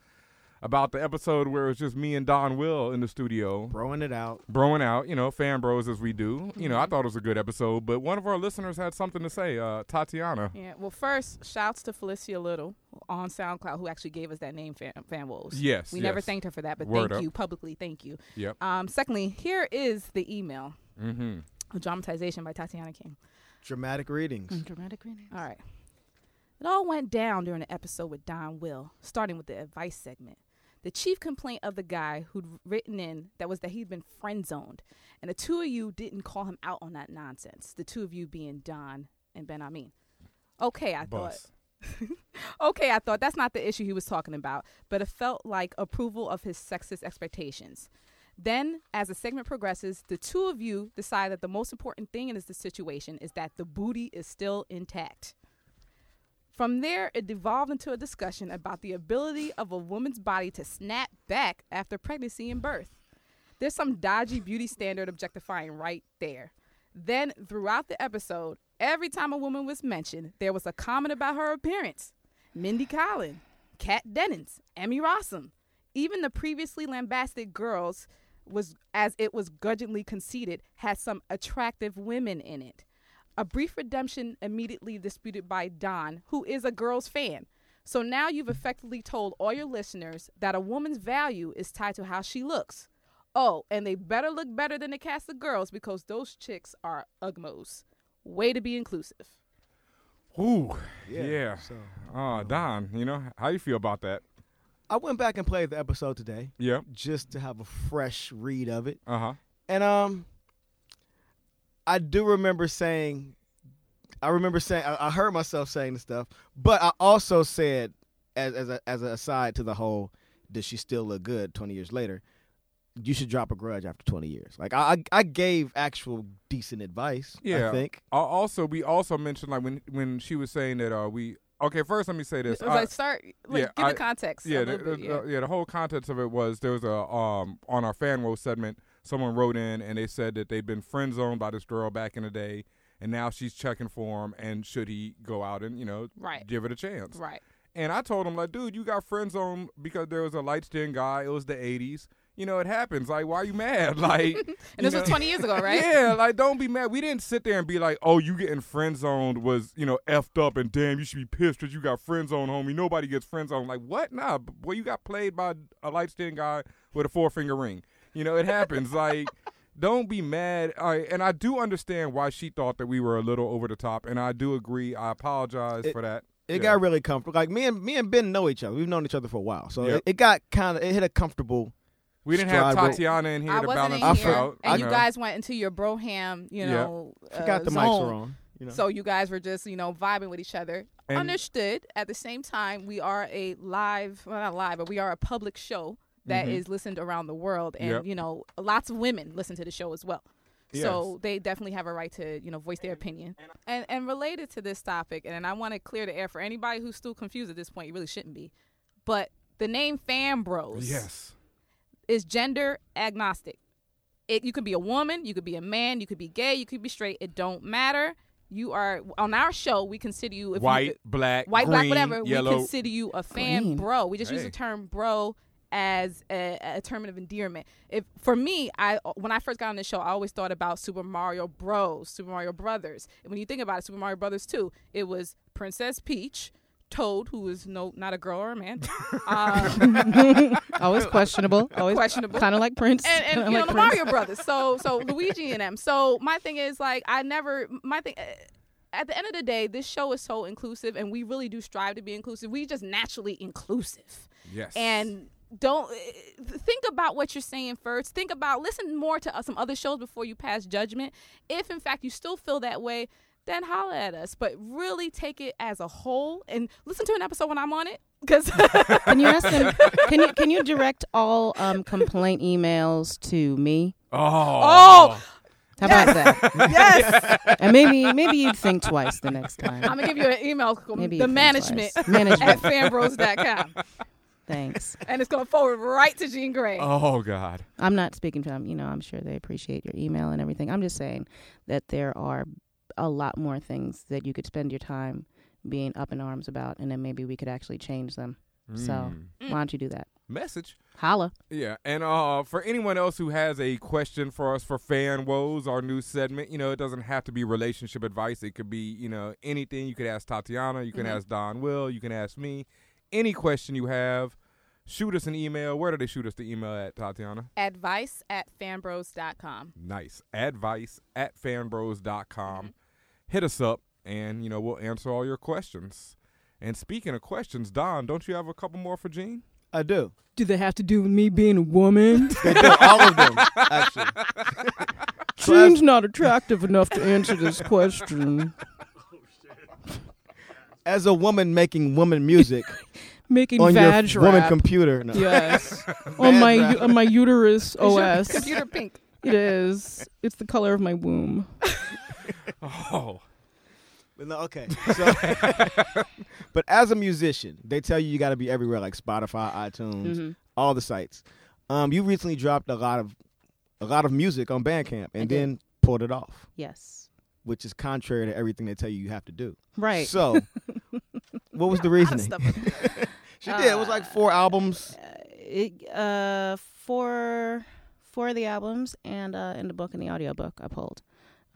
Speaker 2: about the episode where it was just me and Don Will in the studio
Speaker 3: Throwing it out.
Speaker 2: broing out, you know, fan bros as we do. You
Speaker 1: Mm-hmm.
Speaker 2: know, I thought it was a good episode, but one of our listeners had something to say, uh, Tatiana.
Speaker 1: yeah. Well, first, shouts to Felicia Little on SoundCloud who actually gave us that name, Fan, fan Wolves.
Speaker 2: Yes,
Speaker 1: We never
Speaker 2: yes.
Speaker 1: thanked her for that, but
Speaker 2: Word
Speaker 1: thank
Speaker 2: up.
Speaker 1: you publicly. Thank you.
Speaker 2: Yep.
Speaker 1: Um, secondly, here is the email.
Speaker 2: Mm-hmm.
Speaker 1: A dramatization by Tatiana King.
Speaker 3: Dramatic readings.
Speaker 4: Dramatic reading.
Speaker 1: All right. It all went down during the episode with Don Will, starting with the advice segment. The chief complaint of the guy who'd written in that was that he'd been friend zoned, and the two of you didn't call him out on that nonsense. The two of you being Don and Ben Amin. Okay, I
Speaker 2: Bus.
Speaker 1: thought. Okay, I thought that's not the issue he was talking about, but it felt like approval of his sexist expectations. Then, as the segment progresses, the two of you decide that the most important thing in this situation is that the booty is still intact. From there, it devolved into a discussion about the ability of a woman's body to snap back after pregnancy and birth. There's some dodgy beauty standard objectifying right there. Then, throughout the episode, every time a woman was mentioned, there was a comment about her appearance. Mindy Collin, Kat Dennings, Emmy Rossum, even the previously lambasted girls was as it was grudgingly conceded had some attractive women in it. A brief redemption immediately disputed by Don, who is a girl's fan. So now you've effectively told all your listeners that a woman's value is tied to how she looks. Oh, and they better look better than the cast of girls because those chicks are ugmos. Way to be inclusive. Oh.
Speaker 2: Ooh, yeah.
Speaker 3: So
Speaker 2: Uh, Don, you know, how you feel about that?
Speaker 3: I went back and played the episode today
Speaker 2: Yeah.
Speaker 3: just to have a fresh read of it.
Speaker 2: Uh huh.
Speaker 3: And um, I do remember saying, I remember saying, I, I heard myself saying this stuff, but I also said, as as a, as an aside to the whole, does she still look good twenty years later? You should drop a grudge after twenty years. Like I I I gave actual decent advice.
Speaker 2: Yeah.
Speaker 3: I think.
Speaker 2: Uh, Also, we also mentioned like when when she was saying that uh we okay first let me say this
Speaker 1: It was
Speaker 2: Uh,
Speaker 1: like, start, like,
Speaker 2: yeah,
Speaker 1: give
Speaker 2: I-
Speaker 1: the context.
Speaker 2: yeah
Speaker 1: a
Speaker 2: the,
Speaker 1: little bit,
Speaker 2: the-
Speaker 1: yeah.
Speaker 2: uh, yeah the whole context of it was there was a um on our fan woe segment someone wrote in and they said that they've been friend zoned by this girl back in the day and now she's checking for him and should he go out and you know
Speaker 1: Right.
Speaker 2: give it a chance
Speaker 1: Right.
Speaker 2: And I told him, like, dude, you got friend zone because there was a light skinned guy. It was the 80s. You know, it happens. Like, why are you mad? Like,
Speaker 1: And
Speaker 2: you
Speaker 1: this
Speaker 2: know-
Speaker 1: was 20 years ago, right?
Speaker 2: Yeah, like, don't be mad. We didn't sit there and be like, oh, you getting friend zoned was, you know, effed up and damn, you should be pissed because you got friend zoned, homie. Nobody gets friend zoned. Like, what? Nah, b- boy, you got played by a light skinned guy with a four finger ring. You know, it happens. like, don't be mad. I, and I do understand why she thought that we were a little over the top. And I do agree. I apologize
Speaker 3: It-
Speaker 2: for that.
Speaker 3: It
Speaker 2: Yeah.
Speaker 3: got really comfortable. Like me and me and Ben know each other. We've known each other for a while, so
Speaker 2: Yep.
Speaker 3: it, it got kind of it hit a comfortable.
Speaker 2: We didn't have
Speaker 3: Stride with-
Speaker 2: Tatiana in here
Speaker 1: I
Speaker 2: to
Speaker 1: wasn't
Speaker 2: balance
Speaker 1: in
Speaker 2: us
Speaker 1: here.
Speaker 2: out.
Speaker 1: And you
Speaker 2: know.
Speaker 1: guys went into your broham, you
Speaker 2: Yeah.
Speaker 1: know.
Speaker 3: Forgot
Speaker 1: uh,
Speaker 3: the
Speaker 1: zone.
Speaker 3: mics were on. You know,
Speaker 1: So you guys were just, you know, vibing with each other.
Speaker 2: And-
Speaker 1: Understood. At the same time, we are a live, well, not live, but we are a public show that is listened around the world, and
Speaker 2: Mm-hmm. Yep.
Speaker 1: you know, lots of women listen to the show as well. So
Speaker 2: Yes.
Speaker 1: they definitely have a right to, you know, voice their opinion. And and related to this topic, and I want to clear the air for anybody who's still confused at this point. You really shouldn't be, but the name Fan Bros
Speaker 2: Yes.
Speaker 1: is gender agnostic. It, you could be a woman, you could be a man, you could be gay, you could be straight. It don't matter. You are on our show. We consider you if you-
Speaker 2: White, black,
Speaker 1: white, black,
Speaker 2: green,
Speaker 1: whatever. We
Speaker 2: yellow.
Speaker 1: consider you a fan
Speaker 4: Green.
Speaker 1: bro. We just use
Speaker 2: Hey.
Speaker 1: the term bro as a, a term of endearment. If for me, I when I first got on the show, I always thought about Super Mario Bros, Super Mario Brothers. And when you think about it, Super Mario Brothers too, it was Princess Peach, Toad, who is no not a girl or a man. Um,
Speaker 4: Always questionable. Always
Speaker 1: Questionable.
Speaker 4: Kind of like Prince.
Speaker 1: and, and
Speaker 4: kinda
Speaker 1: you know
Speaker 4: like
Speaker 1: the
Speaker 4: Prince.
Speaker 1: Mario Brothers. So so Luigi and them. So my thing is like I never my thing. eh, At the end of the day, this show is so inclusive, and we really do strive to be inclusive. We just naturally inclusive,
Speaker 2: Yes.
Speaker 1: and don't eh, think about what you're saying first. Think about listen more to uh, some other shows before you pass judgment. If in fact you still feel that way. Then holler at us, but really take it as a whole and listen to an episode when I'm on it. Because
Speaker 4: Can you ask them? Can you can you direct all um, complaint emails to me?
Speaker 2: oh.
Speaker 4: How about that? yes. And maybe maybe you'd think twice the next time.
Speaker 1: I'm gonna give you an email,
Speaker 4: Maybe
Speaker 1: the
Speaker 4: you'd think
Speaker 1: management,
Speaker 4: twice.
Speaker 1: at
Speaker 4: Management.
Speaker 1: fanbros.com.
Speaker 4: Thanks.
Speaker 1: and it's going to forward right to Jean Grey.
Speaker 2: Oh God.
Speaker 4: I'm not speaking to them. You know, I'm sure they appreciate your email and everything. I'm just saying that there are a lot more things that you could spend your time being up in arms about, and then maybe we could actually change them. So
Speaker 1: Mm.
Speaker 4: why don't you do that?
Speaker 2: Mm. Message.
Speaker 4: Holla.
Speaker 2: Yeah, and uh, for anyone else who has a question for us for fan woes, our new segment, you know, it doesn't have to be relationship advice. It could be, you know, anything. You could ask Tatiana, you can ask Don Will, you can ask me. Any question you have, shoot us an email. Where do they shoot us the email at, Tatiana?
Speaker 1: Advice at fanbros.com.
Speaker 2: Nice. Advice at fanbros.com. Hit us up, and, you know, we'll answer all your questions. And speaking of questions, Don, don't you have a couple more for Gene?
Speaker 3: I do.
Speaker 4: Do they have to do with me being a woman?
Speaker 3: They do all of them actually.
Speaker 4: Seems not attractive enough to answer this question.
Speaker 3: As a woman making woman music
Speaker 4: Making
Speaker 3: on your
Speaker 4: vag
Speaker 3: woman
Speaker 4: rap.
Speaker 3: computer, no.
Speaker 4: yes.
Speaker 3: Vag
Speaker 4: on my
Speaker 3: rap.
Speaker 4: on my uterus
Speaker 1: Is your
Speaker 4: OS.
Speaker 1: Computer pink.
Speaker 4: It is. It's the color of my womb.
Speaker 2: Oh.
Speaker 3: But no, okay. So, but as a musician, they tell you you got to be everywhere, like Spotify, iTunes,
Speaker 4: Mm-hmm.
Speaker 3: all the sites. Um, you recently dropped a lot of a lot of music on Bandcamp, and
Speaker 4: did.
Speaker 3: then pulled it off,
Speaker 4: Yes.
Speaker 3: which is contrary to everything they tell you you have to do.
Speaker 4: Right.
Speaker 3: So, what was
Speaker 1: Out
Speaker 3: the
Speaker 1: of
Speaker 3: reasoning?
Speaker 1: stuff.
Speaker 3: She did. It was like four albums.
Speaker 4: it, uh, for for the albums and uh, in the book and the audiobook I pulled.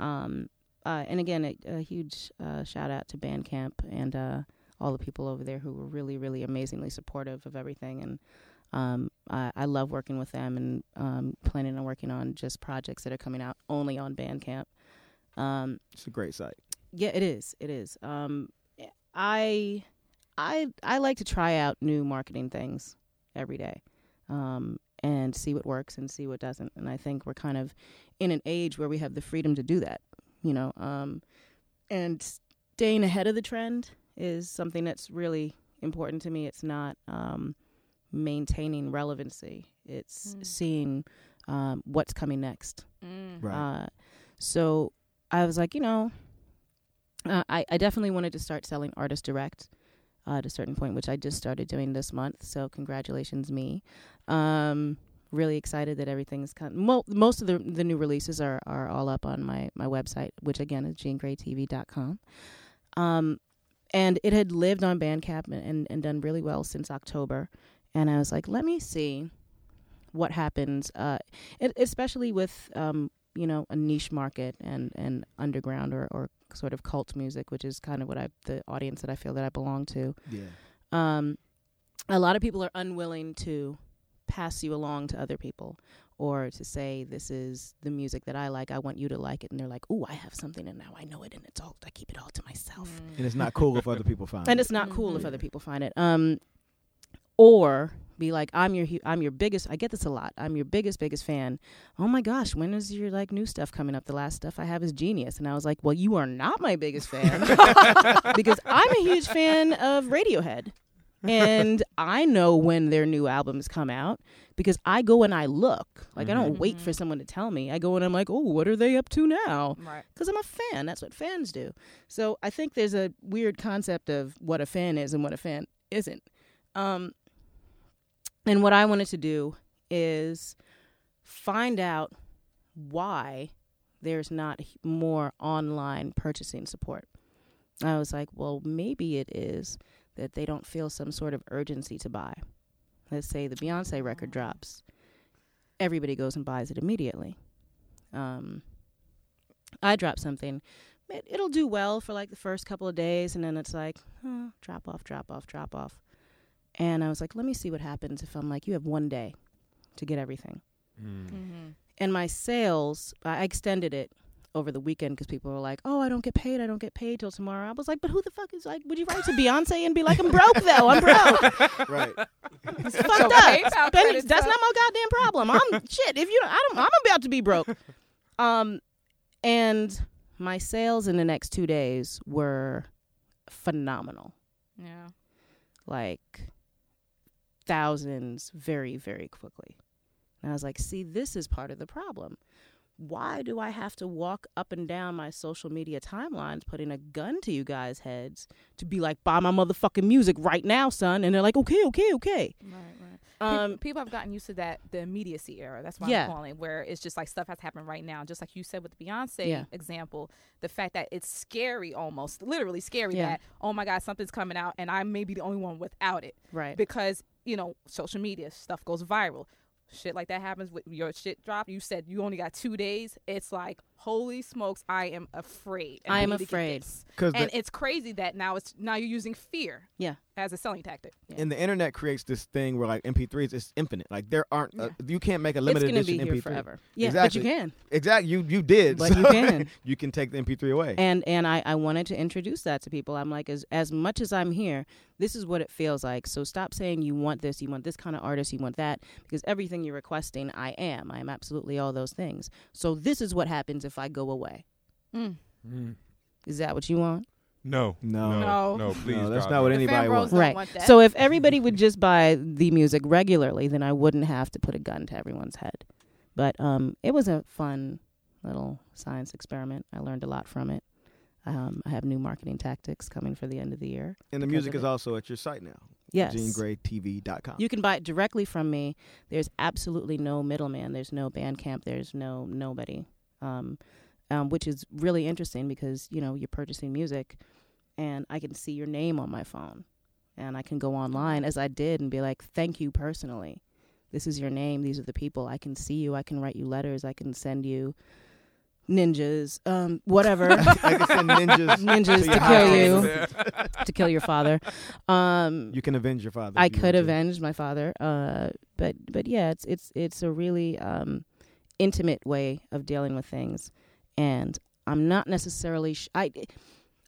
Speaker 4: Um, uh, and again, a, a huge uh, shout out to Bandcamp and uh, all the people over there who were really, really amazingly supportive of everything. And um, I, I love working with them and um, planning on working on just projects that are coming out only on Bandcamp. Um,
Speaker 3: It's a great site.
Speaker 4: yeah, it is. It is. Um, I, I, I like to try out new marketing things every day, um, and see what works and see what doesn't. And I think we're kind of in an age where we have the freedom to do that. You know, um, and staying ahead of the trend is something that's really important to me. It's not um, maintaining relevancy. It's
Speaker 1: Mm.
Speaker 4: seeing um, what's coming next.
Speaker 1: Mm.
Speaker 3: Right.
Speaker 4: Uh, so I was like, you know, uh, I, I definitely wanted to start selling artist direct uh, at a certain point, which I just started doing this month. So congratulations, me. Um, really excited that everything's kind. Mo- most of the the new releases are are all up on my my website, which again is jeangraytv.com. Um, and it had lived on Bandcamp and, and, and done really well since October. And I was like, let me see what happens, uh, it, especially with um, you know a niche market and and underground or, or sort of cult music which is kind of what i the audience that i feel that i belong to
Speaker 3: Yeah.
Speaker 4: um a lot of people are unwilling to pass you along to other people or to say this is the music that i like i want you to like it and they're like oh i have something and now i know it and it's all i keep it all to myself
Speaker 1: Mm.
Speaker 3: And it's not cool if other people find
Speaker 4: and
Speaker 3: it.
Speaker 4: it's not cool if
Speaker 1: Mhm.
Speaker 4: other people find it um or be like, "I'm your, hu- I'm your biggest." I get this a lot. I'm your biggest, biggest fan. Oh my gosh, when is your like new stuff coming up? The last stuff I have is Genius, and I was like, "Well, you are not my biggest fan because I'm a huge fan of Radiohead." and I know when their new albums come out because I go and I look. Like I don't wait for someone to tell me. I go and I'm like, "Oh, what are they up to now?"
Speaker 1: Right.
Speaker 4: because I'm a fan. That's what fans do. So I think there's a weird concept of what a fan is and what a fan isn't. Um, and what I wanted to do is find out why there's not h- more online purchasing support. I was like, well, maybe it is that they don't feel some sort of urgency to buy. Let's say the Beyonce record drops, everybody goes and buys it immediately. Um, I drop something. It, it'll do well for like the first couple of days, and then it's like, huh, drop off, drop off, drop off. And I was like, let me see what happens if I'm like, you have one day to get everything.
Speaker 2: Mm.
Speaker 1: Mm. Mm-hmm.
Speaker 4: And my sales, I extended it over the weekend because people were like, oh, I don't get paid. I don't get paid till tomorrow. I was like, but who the fuck is like, would you write to Beyonce and be like, I'm broke though? I'm broke.
Speaker 3: right.
Speaker 4: Fucked up. But it's- that's not my goddamn problem. I'm shit. If you, don't, I don't. I'm about to be broke. Um, and my sales in the next two days were phenomenal.
Speaker 1: Yeah.
Speaker 4: Like thousands, very very quickly. And I was like, see, this is part of the problem. Why do I have to walk up and down my social media timelines putting a gun to you guys' heads to be like, buy my motherfucking music right now, son? And they're like, okay, okay, okay.
Speaker 1: Right. Right.
Speaker 4: Um,
Speaker 1: people, have gotten used to that the immediacy era. That's why
Speaker 4: Yeah.
Speaker 1: I'm calling where it's just like stuff has happened right now. Just like you said with the Beyonce
Speaker 4: Yeah.
Speaker 1: example, the fact that it's scary almost, literally scary
Speaker 4: Yeah.
Speaker 1: that oh my god something's coming out and I may be the only one without it.
Speaker 4: Right.
Speaker 1: Because you know social media stuff goes viral. Shit like that happens with your shit drop. You said you only got two days. It's like holy smokes, I am afraid. and
Speaker 4: I
Speaker 1: we
Speaker 4: am
Speaker 1: need to get
Speaker 4: afraid.
Speaker 1: this.
Speaker 3: 'Cause
Speaker 1: and
Speaker 3: the-
Speaker 1: it's crazy that now it's now you're using fear
Speaker 4: Yeah.
Speaker 1: as a selling tactic.
Speaker 3: And the internet creates this thing where like MP3s is infinite. Like there aren't uh, you can't make a
Speaker 4: It's
Speaker 3: limited
Speaker 4: gonna
Speaker 3: edition
Speaker 4: be here
Speaker 3: MP3.
Speaker 4: forever. Yeah,
Speaker 3: exactly.
Speaker 4: but you can.
Speaker 3: Exactly. You you did.
Speaker 4: But you
Speaker 3: so
Speaker 4: can.
Speaker 3: you can take the MP3 away.
Speaker 4: And and I, I wanted to introduce that to people. I'm like, as as much as I'm here, this is what it feels like. So stop saying you want this, you want this kind of artist, you want that, because everything you're requesting, I am. I am absolutely all those things. So this is what happens if I go away. Is that what you want?
Speaker 2: Mm. No.
Speaker 3: No.
Speaker 2: No.
Speaker 1: No.
Speaker 2: No, please.
Speaker 3: no, that's
Speaker 2: God,
Speaker 3: not what
Speaker 1: The
Speaker 3: anybody
Speaker 1: fan
Speaker 3: wants.
Speaker 1: rolls don't
Speaker 4: right.
Speaker 1: want that.
Speaker 4: So if everybody would just buy the music regularly, then I wouldn't have to put a gun to everyone's head. But um, it was a fun little science experiment. I learned a lot from it. Um, I have new marketing tactics coming for the end of the year.
Speaker 3: And the
Speaker 4: because
Speaker 3: music
Speaker 4: of
Speaker 3: is
Speaker 4: it.
Speaker 3: also at your site now.
Speaker 4: Yes.
Speaker 3: GeneGrayTV.com.
Speaker 4: You can buy it directly from me. There's absolutely no middleman. There's no Bandcamp. There's no nobody, um, um, which is really interesting because you know you're purchasing music, and I can see your name on my phone, and I can go online as I did and be like, "Thank you personally. This is your name. These are the people. I can see you. I can write you letters. I can send you ninjas, um, whatever."
Speaker 3: I can send ninjas.
Speaker 4: Ninjas
Speaker 3: to your
Speaker 4: to
Speaker 3: house.
Speaker 4: kill you, to kill your father. Um,
Speaker 3: You can avenge your father.
Speaker 4: I
Speaker 3: if you want
Speaker 4: could
Speaker 3: to.
Speaker 4: avenge my father, uh, but but yeah, it's it's it's a really um, intimate way of dealing with things, and I'm not necessarily. Sh- I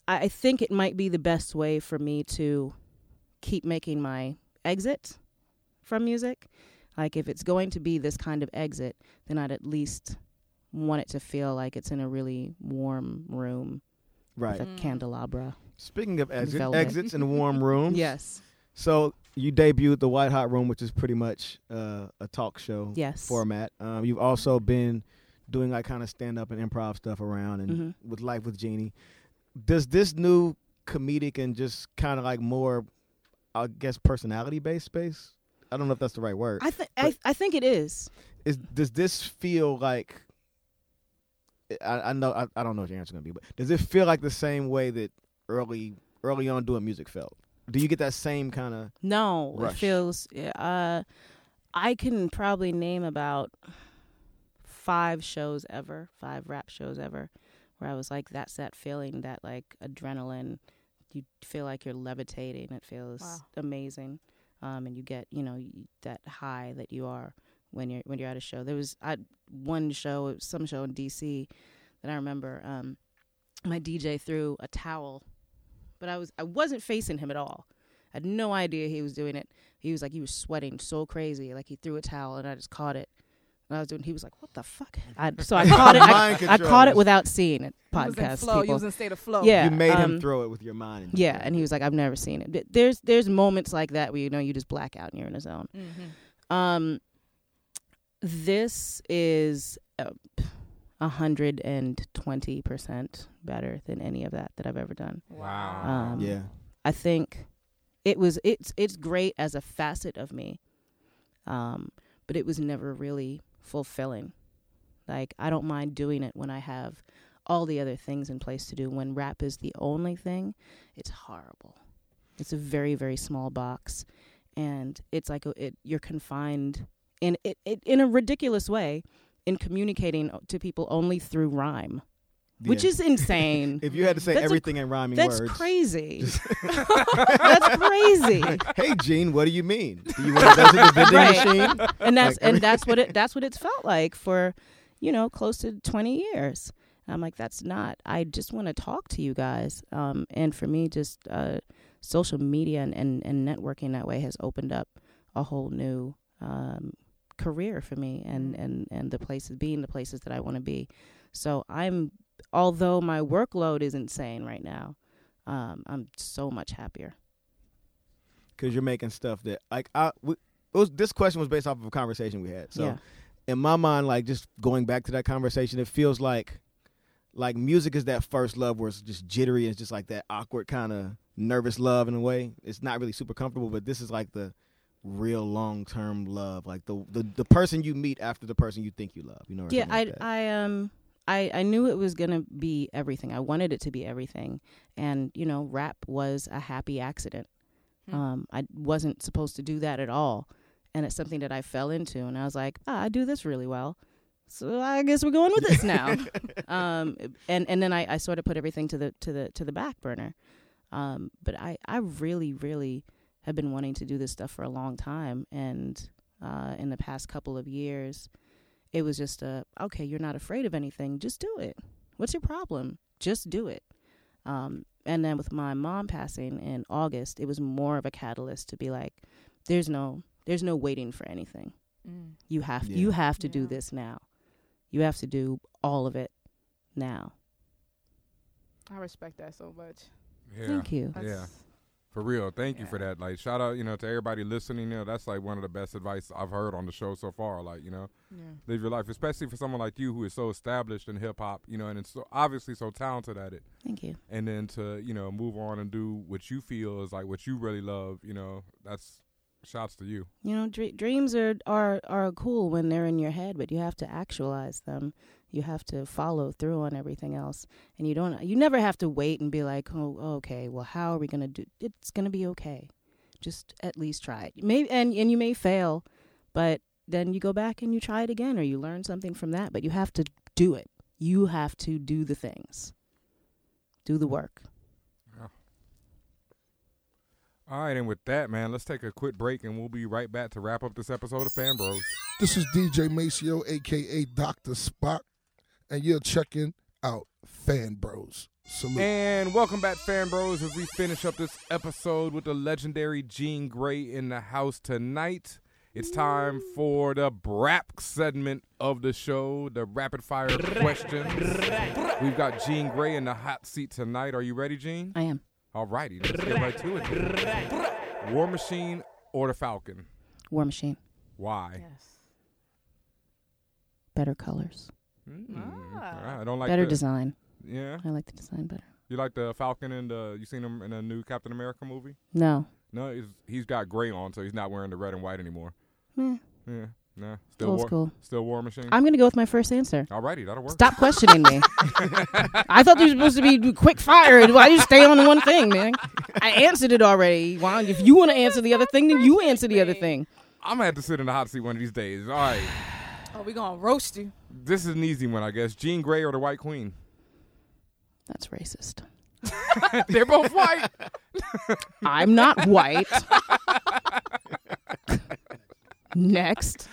Speaker 4: I think it might be the best way for me to keep making my exit from music. Like if it's going to be this kind of exit, then I'd at least want it to feel like it's in a really warm room
Speaker 3: Right.
Speaker 4: with a candelabra.
Speaker 3: Speaking of exit,
Speaker 4: Velvet.
Speaker 3: exits in warm rooms.
Speaker 4: Yes.
Speaker 3: So you debuted the White Hot Room, which is pretty much uh, a talk show
Speaker 4: Yes.
Speaker 3: format. Um, you've also been doing like kind of stand up and improv stuff around and
Speaker 4: Mhm.
Speaker 3: with Life with Jeannie. Does this new comedic and just kind of like more, I guess, personality based space? I don't know if that's the right word.
Speaker 4: I think I I think it is.
Speaker 3: Is does this feel like? I, I know I, I don't know what your answer's gonna be, but does it feel like the same way that early early on doing music felt? Do you get that same kind of
Speaker 4: No, it
Speaker 3: Rush.
Speaker 4: feels. Uh, I can probably name about five shows ever, five rap shows ever, where I was like, "That's that feeling, that like adrenaline. You feel like you're levitating. It feels
Speaker 1: Wow.
Speaker 4: amazing, um, and you get you know y- that high that you are when you're when you're at a show. There was I one show, it was some show in D.C. that I remember. Um, my DJ threw a towel, but I was I wasn't facing him at all. I had no idea he was doing it. He was like, he was sweating so crazy, like he threw a towel, and I just caught it. And I was doing. He was like, "What the fuck?" I, so I caught it. I,
Speaker 3: Mind
Speaker 4: I caught it
Speaker 3: controls.
Speaker 4: without seeing it.
Speaker 1: He was in
Speaker 4: Podcast
Speaker 1: flow. You
Speaker 4: people.
Speaker 1: was in state of flow.
Speaker 4: Yeah,
Speaker 3: you made
Speaker 4: um,
Speaker 3: him throw it with your mind. and you
Speaker 4: yeah,
Speaker 3: did.
Speaker 4: and he was like, "I've never seen it." Th- There's there's moments like that where you know you just black out and you're in a zone.
Speaker 1: Mm-hmm.
Speaker 4: Um, this is uh, a hundred and twenty percent better than any of that that I've ever done.
Speaker 2: Wow.
Speaker 4: Um,
Speaker 3: yeah.
Speaker 4: I think it was it's it's great as a facet of me, um, but it was never really fulfilling. Like I don't mind doing it when I have all the other things in place to do. When rap is the only thing, it's horrible. It's a very very small box, and it's like a, it you're confined in it, it in a ridiculous way in communicating to people only through rhyme, which
Speaker 3: Yeah.
Speaker 4: is insane.
Speaker 3: if you had to say
Speaker 4: That's a
Speaker 3: everything in rhyming
Speaker 4: That's
Speaker 3: words.
Speaker 4: crazy. That's crazy.
Speaker 3: hey Gene, what do you mean? Do you want to go to the vending
Speaker 4: Right.
Speaker 3: machine?
Speaker 4: and that's
Speaker 3: Like, I
Speaker 4: and
Speaker 3: mean-
Speaker 4: that's what it that's what it's felt like for you know close to 20 years And i'm like that's not i just want to talk to you guys um and for me just uh social media and and, and networking that way has opened up a whole new um career for me and and and the places being the places that i want to be so i'm although my workload is insane right now um i'm so much happier
Speaker 3: Because you're making stuff that like I we, it was. This question was based off of a conversation we had. So
Speaker 4: yeah
Speaker 3: in my mind, like just going back to that conversation, it feels like like music is that first love where it's just jittery and it's just like that awkward kind of nervous love in a way. It's not really super comfortable, but this is like the real long term love, like the, the the person you meet after the person you think you love. You know? Or
Speaker 4: yeah
Speaker 3: something
Speaker 4: i
Speaker 3: like that.
Speaker 4: i um i i knew it was gonna be everything i wanted it to be everything and you know rap was a happy accident
Speaker 1: Hmm.
Speaker 4: um i wasn't supposed to do that at all and it's something that i fell into and i was like ah, i do this really well so i guess we're going with this now um and and then i i sort of put everything to the to the to the back burner um but i i really really have been wanting to do this stuff for a long time and uh in the past couple of years it was just a okay you're not afraid of anything just do it what's your problem just do it um, and then with my mom passing in august it was more of a catalyst to be like there's no there's no waiting for anything
Speaker 1: Mm.
Speaker 4: you have
Speaker 3: Yeah.
Speaker 4: you have to do
Speaker 1: Yeah.
Speaker 4: this now you have to do all of it now
Speaker 1: I respect that so much.
Speaker 2: Yeah.
Speaker 4: thank you
Speaker 1: That's,
Speaker 2: Yeah. For real. Thank you for
Speaker 1: Yeah.
Speaker 2: that. Like shout out, you know, to everybody listening, you know, that's like one of the best advice I've heard on the show so far. Like, you know,
Speaker 1: Yeah.
Speaker 2: live your life, especially for someone like you who is so established in hip hop, you know, and it's so obviously so talented at it.
Speaker 4: thank you
Speaker 2: And then to, you know, move on and do what you feel is like what you really love, you know, that's shouts to you.
Speaker 4: you know dre- dreams are, are are cool when they're in your head but you have to actualize them you have to follow through on everything else and you don't you never have to wait and be like oh okay well how are we going to do it's going to be okay just at least try it maybe and and you may fail but then you go back and you try it again or you learn something from that but you have to do it you have to do the things do the work
Speaker 2: All right, and with that, man, let's take a quick break and we'll be right back to wrap up this episode of Fan Bros.
Speaker 9: This is DJ Maceo, aka Dr. Spock, and you're checking out Fan Bros. Salute.
Speaker 2: And welcome back, Fan Bros, as we finish up this episode with the legendary Gene Gray in the house tonight. It's time for the BRAP segment of the show, the rapid fire questions. We've got Gene Gray in the hot seat tonight. Are you ready, Gene?
Speaker 4: i am
Speaker 2: All righty, let's get right to it. War Machine or the Falcon?
Speaker 4: war machine
Speaker 2: Why?
Speaker 4: better colors
Speaker 2: Mm,
Speaker 1: Ah.
Speaker 2: all right, I don't like
Speaker 4: better
Speaker 2: the-
Speaker 4: design
Speaker 2: Yeah,
Speaker 4: i like the design better
Speaker 2: you like the Falcon and the you seen him in a new Captain America movie?
Speaker 4: no
Speaker 2: No, he's he's got gray on, so he's not wearing the red and white anymore.
Speaker 4: Meh.
Speaker 2: Yeah, nah, still
Speaker 4: Old
Speaker 2: war,
Speaker 4: school.
Speaker 2: still war machine.
Speaker 4: I'm going to go with my first answer.
Speaker 2: Alrighty, that'll work.
Speaker 4: Stop questioning me. I thought they were supposed to be quick fire. Why you stay on the one thing, man? I answered it already. Why? If you want to answer the other thing, then you answer the other thing.
Speaker 2: I'm gonna have to sit in the hot seat one of these days. All right,
Speaker 1: Oh, we gonna roast you.
Speaker 2: this is an easy one, I guess. Jean Grey or the White Queen?
Speaker 4: That's racist.
Speaker 2: They're both white.
Speaker 4: I'm not white. Next,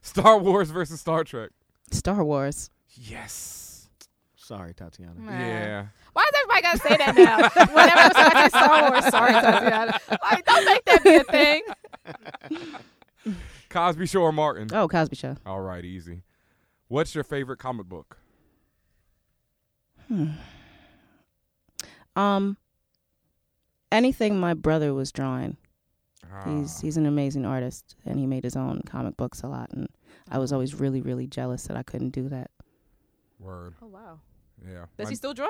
Speaker 2: Star Wars versus Star Trek.
Speaker 4: Star Wars.
Speaker 2: Yes.
Speaker 3: Sorry, Tatiana.
Speaker 1: Nah.
Speaker 2: Yeah.
Speaker 4: Ah.
Speaker 1: Why does everybody got gotta say that now. Whenever I'm watching Star Wars, "Oh, sorry, Tatiana. Like, don't make that be a thing.
Speaker 2: Cosby Show or Martin?
Speaker 4: Oh, Cosby Show.
Speaker 2: All right, easy. What's your favorite comic book?
Speaker 4: Hmm. Um, anything my brother was drawing. He's
Speaker 2: Ah,
Speaker 4: he's an amazing artist, and he made his own comic books a lot. And I was always really really jealous that I couldn't do that.
Speaker 2: word.
Speaker 1: Oh wow.
Speaker 2: Yeah.
Speaker 1: Does
Speaker 2: My-
Speaker 1: he still draw?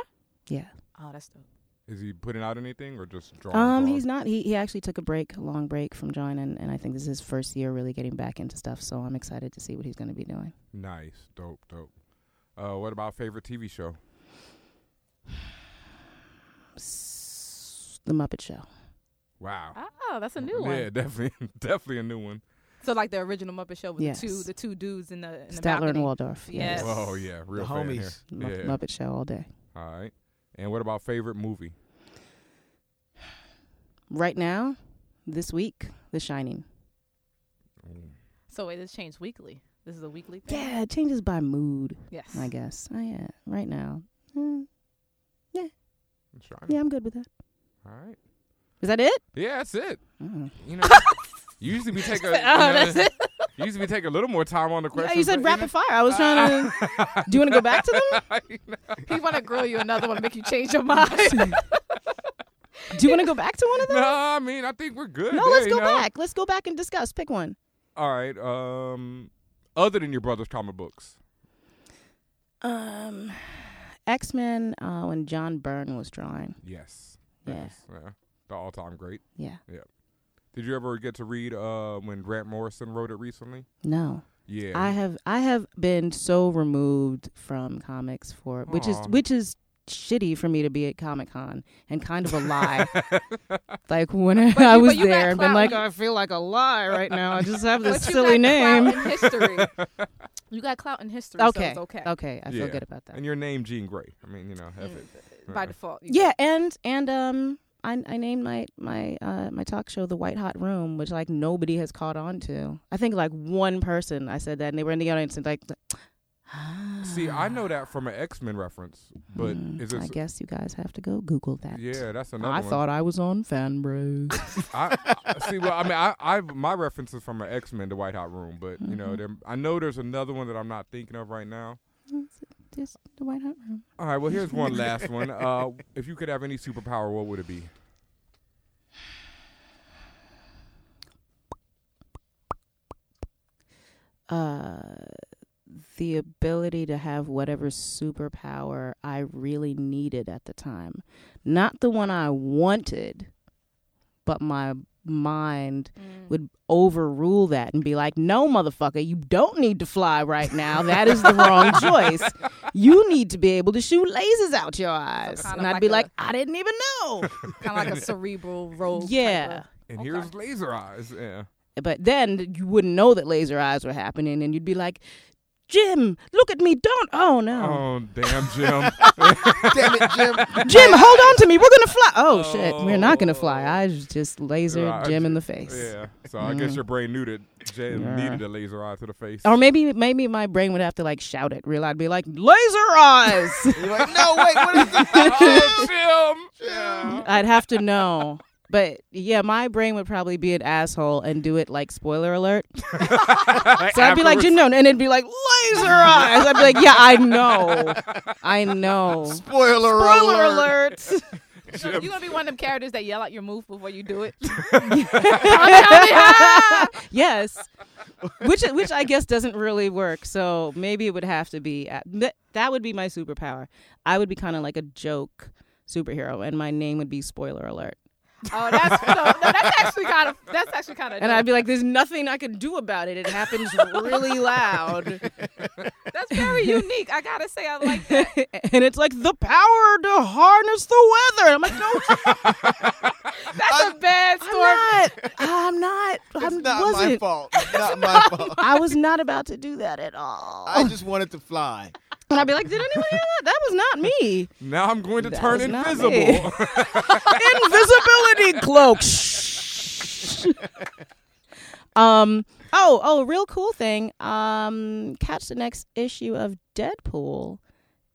Speaker 4: Yeah.
Speaker 1: Oh, that's dope.
Speaker 2: is he putting out anything or just drawing?
Speaker 4: Um,
Speaker 2: drawing?
Speaker 4: he's not. He he actually took a break, a long break from drawing, and, and I think this is his first year really getting back into stuff. So I'm excited to see what he's going to be doing.
Speaker 2: nice, dope, dope. Uh, what about favorite TV show?
Speaker 4: S- The Muppet Show.
Speaker 2: Wow.
Speaker 1: Oh, that's a new
Speaker 2: Yeah,
Speaker 1: one.
Speaker 2: definitely, definitely a new one.
Speaker 1: So like the original Muppet Show with
Speaker 4: Yes.
Speaker 1: the two the two dudes in the in the
Speaker 4: Statler and
Speaker 1: balcony.
Speaker 4: Waldorf.
Speaker 1: Yes.
Speaker 2: Oh yeah, real
Speaker 3: The
Speaker 2: fan
Speaker 3: homies.
Speaker 4: Mu-
Speaker 2: Here. Yeah.
Speaker 4: Muppet Show all day.
Speaker 2: All right. And what about favorite movie?
Speaker 4: Right now, this week, The Shining.
Speaker 1: So it has changed weekly. This is a weekly thing.
Speaker 4: Yeah, it changes by mood,
Speaker 1: Yes.
Speaker 4: I guess. Oh, yeah. Right now, mm,
Speaker 2: Shining.
Speaker 4: yeah, I'm good with that.
Speaker 2: All right.
Speaker 4: Is that it?
Speaker 2: Yeah, that's it.
Speaker 4: Mm.
Speaker 2: You know, usually we take a.
Speaker 1: oh,
Speaker 2: you know,
Speaker 1: that's it.
Speaker 2: Usually we take a little more time on the
Speaker 4: Yeah,
Speaker 2: question.
Speaker 4: you said rapid fire. I was trying to. Do you want to go back to them?
Speaker 1: He want to grill you another one, make you change your mind.
Speaker 4: Do you want to go back to one of
Speaker 2: No,
Speaker 4: them?
Speaker 2: I mean I think we're good.
Speaker 4: No,
Speaker 2: there,
Speaker 4: let's
Speaker 2: you
Speaker 4: go
Speaker 2: know?
Speaker 4: back. Let's go back and discuss. Pick one.
Speaker 2: All right. Um, other than your brother's comic books,
Speaker 4: Um, X Men. Uh, when John Byrne was drawing.
Speaker 2: yes,
Speaker 4: Yeah.
Speaker 2: yes, yeah. the all-time great.
Speaker 4: Yeah.
Speaker 2: Did you ever get to read uh when Grant Morrison wrote it recently?
Speaker 4: No.
Speaker 2: Yeah,
Speaker 4: I have I have been so removed from comics for which is
Speaker 2: Aw.
Speaker 4: which is shitty for me to be at Comic Con and kind of a lie. like when I, I
Speaker 1: you-
Speaker 4: was
Speaker 1: but you got
Speaker 4: there and been
Speaker 1: clout.
Speaker 4: like,
Speaker 1: You-
Speaker 4: I feel like a lie right now. I just have this
Speaker 1: But you
Speaker 4: silly
Speaker 1: got
Speaker 4: name.
Speaker 1: Clout in history. You got clout in history. So
Speaker 4: Okay.
Speaker 1: it's okay.
Speaker 4: Okay, I feel
Speaker 2: Yeah.
Speaker 4: good about that.
Speaker 2: and your name Gene Gray. I mean, you know, have it.
Speaker 4: Mm,
Speaker 1: By default. you-
Speaker 4: Yeah, and and um, I I named my my uh my talk show the White Hot Room, which like nobody has caught on to. I think like one person I said that, and they were in the audience and like.
Speaker 2: See, I know that from an X Men reference, but
Speaker 4: Hmm,
Speaker 2: is
Speaker 4: I
Speaker 2: it?
Speaker 4: guess you guys have to go Google that.
Speaker 2: Yeah, that's another
Speaker 4: Oh, I
Speaker 2: one.
Speaker 4: thought I was on Fan Bros.
Speaker 2: I, I see. Well, I mean, I, I my reference is from an X Men, the White Hot Room, but you know,
Speaker 4: Mhm.
Speaker 2: there, I know there's another one that I'm not thinking of right now.
Speaker 4: It's Just the White Hot Room.
Speaker 2: All right, well, here's one last one. Uh, if you could have any superpower, what would it be?
Speaker 4: Uh, the ability to have whatever superpower I really needed at the time, not the one I wanted, but my mind
Speaker 1: Mm.
Speaker 4: would overrule that and be like, no, motherfucker, you don't need to fly right now. That is the wrong choice. You need to be able to shoot lasers out your eyes.
Speaker 1: kind of
Speaker 4: and I'd
Speaker 1: like
Speaker 4: be
Speaker 1: a-
Speaker 4: like, I didn't even know.
Speaker 1: kind of like a cerebral rogue. type
Speaker 4: Yeah.
Speaker 1: of-
Speaker 2: And
Speaker 1: Okay.
Speaker 2: here's laser eyes. Yeah.
Speaker 4: but then you wouldn't know that laser eyes were happening and you'd be like, Jim, look at me. Don't. Oh, no.
Speaker 2: Oh, damn, Jim.
Speaker 9: Damn it,
Speaker 1: Oh.
Speaker 9: Jim.
Speaker 4: Jim, hold on to me. We're going to fly. Oh, shit. We're not going to fly.
Speaker 2: Oh.
Speaker 4: I just lasered
Speaker 2: Right.
Speaker 4: Jim in the face.
Speaker 2: yeah. So I guess
Speaker 4: Mm.
Speaker 2: your brain knew that Jim
Speaker 4: Yeah. Oh,
Speaker 2: needed a laser eye to the face.
Speaker 4: Or maybe maybe my brain would have to like shout it real. I'd be like, laser eyes.
Speaker 3: You're like, no, wait, what is this?
Speaker 2: oh, Jim. Yeah.
Speaker 4: I'd have to know. But yeah, my brain would probably be an asshole and do it like spoiler alert. So I'd be like, you know, and it'd be like laser eyes. I'd be like, yeah, I know, I know.
Speaker 3: Spoiler,
Speaker 4: Spoiler
Speaker 3: alert.
Speaker 4: alert.
Speaker 1: You gonna- You gonna be one of them characters that yell out your move before you do it? Oh, yeah.
Speaker 4: yes, which which I guess doesn't really work. So maybe it would have to be a- th- that would be my superpower. I would be kind of like a joke superhero, and my name would be spoiler alert.
Speaker 1: Oh, that's no, no, that's actually kind of that's actually kind of.
Speaker 4: And I'd be like, there's nothing I can do about it. It happens really loud.
Speaker 1: that's very unique. I gotta say, I like that.
Speaker 4: and it's like the power to harness the weather. I'm like, no,
Speaker 1: That's a bad story.
Speaker 4: I'm not. I'm not.
Speaker 3: It's
Speaker 4: I'm,
Speaker 3: not
Speaker 4: wasn't.
Speaker 3: my fault. It's not my fault.
Speaker 4: I was not about to do that at all.
Speaker 3: I just wanted to fly.
Speaker 4: and I'd be like, did anyone hear that? That was not me.
Speaker 2: Now I'm going to
Speaker 4: That
Speaker 2: turn
Speaker 4: was not
Speaker 2: invisible.
Speaker 4: Invisibility cloak. Shh. um. Oh. Oh. Real cool thing. Um. Catch the next issue of Deadpool.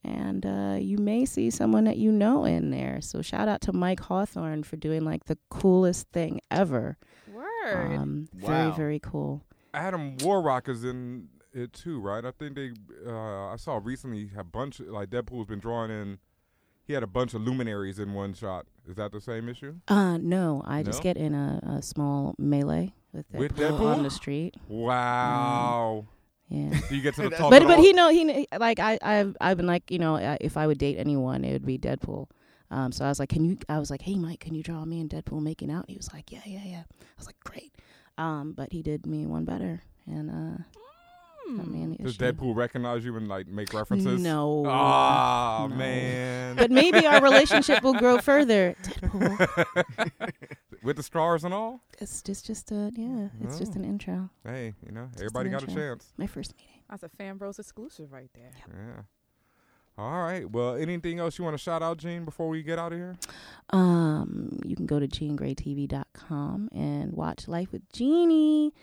Speaker 4: and uh, you may see someone that you know in there. So shout out to Mike Hawthorne for doing like the coolest thing ever.
Speaker 1: Word.
Speaker 4: Um,
Speaker 3: Wow.
Speaker 4: Very very cool.
Speaker 2: Adam Warrock is in it too, right? I think they. Uh, I saw recently a bunch of, like Deadpool's been drawing in. He had a bunch of luminaries in one shot. Is that the same issue?
Speaker 4: Uh, no, I just
Speaker 2: No?
Speaker 4: get in a, a small melee with Deadpool,
Speaker 2: With Deadpool?
Speaker 4: on the street.
Speaker 2: Wow.
Speaker 4: Yeah.
Speaker 2: Do you get to the
Speaker 3: That's-
Speaker 2: top?
Speaker 4: Mm. but
Speaker 2: of
Speaker 4: but
Speaker 2: the-
Speaker 4: he know he kn- like I I've I've been like you know uh, if I would date anyone it would be Deadpool. Um, so I was like, can you? I was like, hey Mike, can you draw me and Deadpool making out? He was like, yeah yeah yeah. I was like, great. Um, but he did me one better and uh, got me
Speaker 1: Hmm.
Speaker 4: in the
Speaker 2: Does
Speaker 4: issue.
Speaker 2: Deadpool recognize you and like make references?
Speaker 4: No.
Speaker 2: Ah
Speaker 4: No.
Speaker 2: man.
Speaker 4: But maybe our relationship will grow further. Deadpool,
Speaker 2: With the stars and all.
Speaker 4: it's just just a yeah, it's just
Speaker 2: Oh.
Speaker 4: an intro.
Speaker 2: Hey, you know,
Speaker 4: Just
Speaker 2: everybody
Speaker 4: an
Speaker 2: got a
Speaker 4: intro.
Speaker 2: chance.
Speaker 4: My first meeting.
Speaker 1: That's a fan bros exclusive right there.
Speaker 2: Yeah. All right. Well, anything else you want to shout out, Gene, before we get out of here?
Speaker 4: Um, you can go to GeneGrayTV.com and watch Life with Jeannie,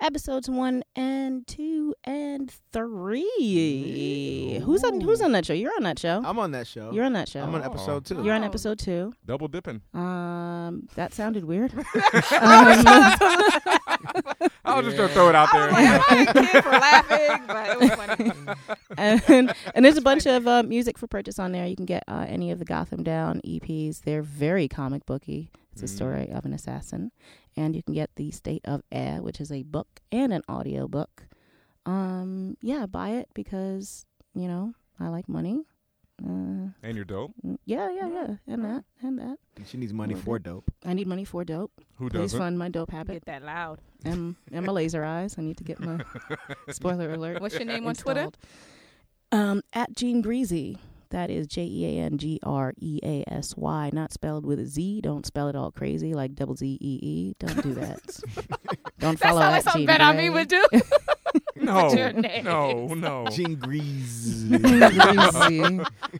Speaker 4: episodes one and two and three. Who's on Who's on that show? You're on that show.
Speaker 3: I'm on that show.
Speaker 4: Oh. You're on that show.
Speaker 3: I'm on
Speaker 2: Oh.
Speaker 3: episode two.
Speaker 4: You're on
Speaker 1: Oh.
Speaker 4: episode two.
Speaker 2: Double dipping.
Speaker 4: Um, that sounded weird. Um,
Speaker 2: I was just gonna throw it out there.
Speaker 1: for laughing, but it was funny.
Speaker 4: and and there's a bunch of uh, music for purchase on there. You can get uh, any of the Gotham Down EPs. They're very comic booky. It's a
Speaker 2: Mm.
Speaker 4: story of an assassin, and you can get the State of Air, which is a book and an audio book. Um, yeah, buy it because you know I like money. Uh,
Speaker 2: and you're dope.
Speaker 4: yeah, yeah, yeah, and that and that.
Speaker 3: She needs money for dope.
Speaker 4: I need money for dope.
Speaker 2: Who
Speaker 4: Please
Speaker 2: doesn't?
Speaker 4: fund my dope habit
Speaker 1: Get that loud.
Speaker 4: and, and my laser eyes. I need to get my spoiler alert.
Speaker 1: What's your name on Twitter?
Speaker 4: installed. Um, at Jean Greasy. That is J E A N G R E A S Y, not spelled with a Z. Don't spell it all crazy like double Z E E. Don't do that. Don't
Speaker 1: That
Speaker 4: follow
Speaker 1: sounds like
Speaker 4: at
Speaker 1: something
Speaker 4: Jean
Speaker 1: Ben Ami
Speaker 4: Gray.
Speaker 1: would do.
Speaker 2: No,
Speaker 1: your name.
Speaker 2: no, no.
Speaker 3: Jean Grease.
Speaker 4: Greasy.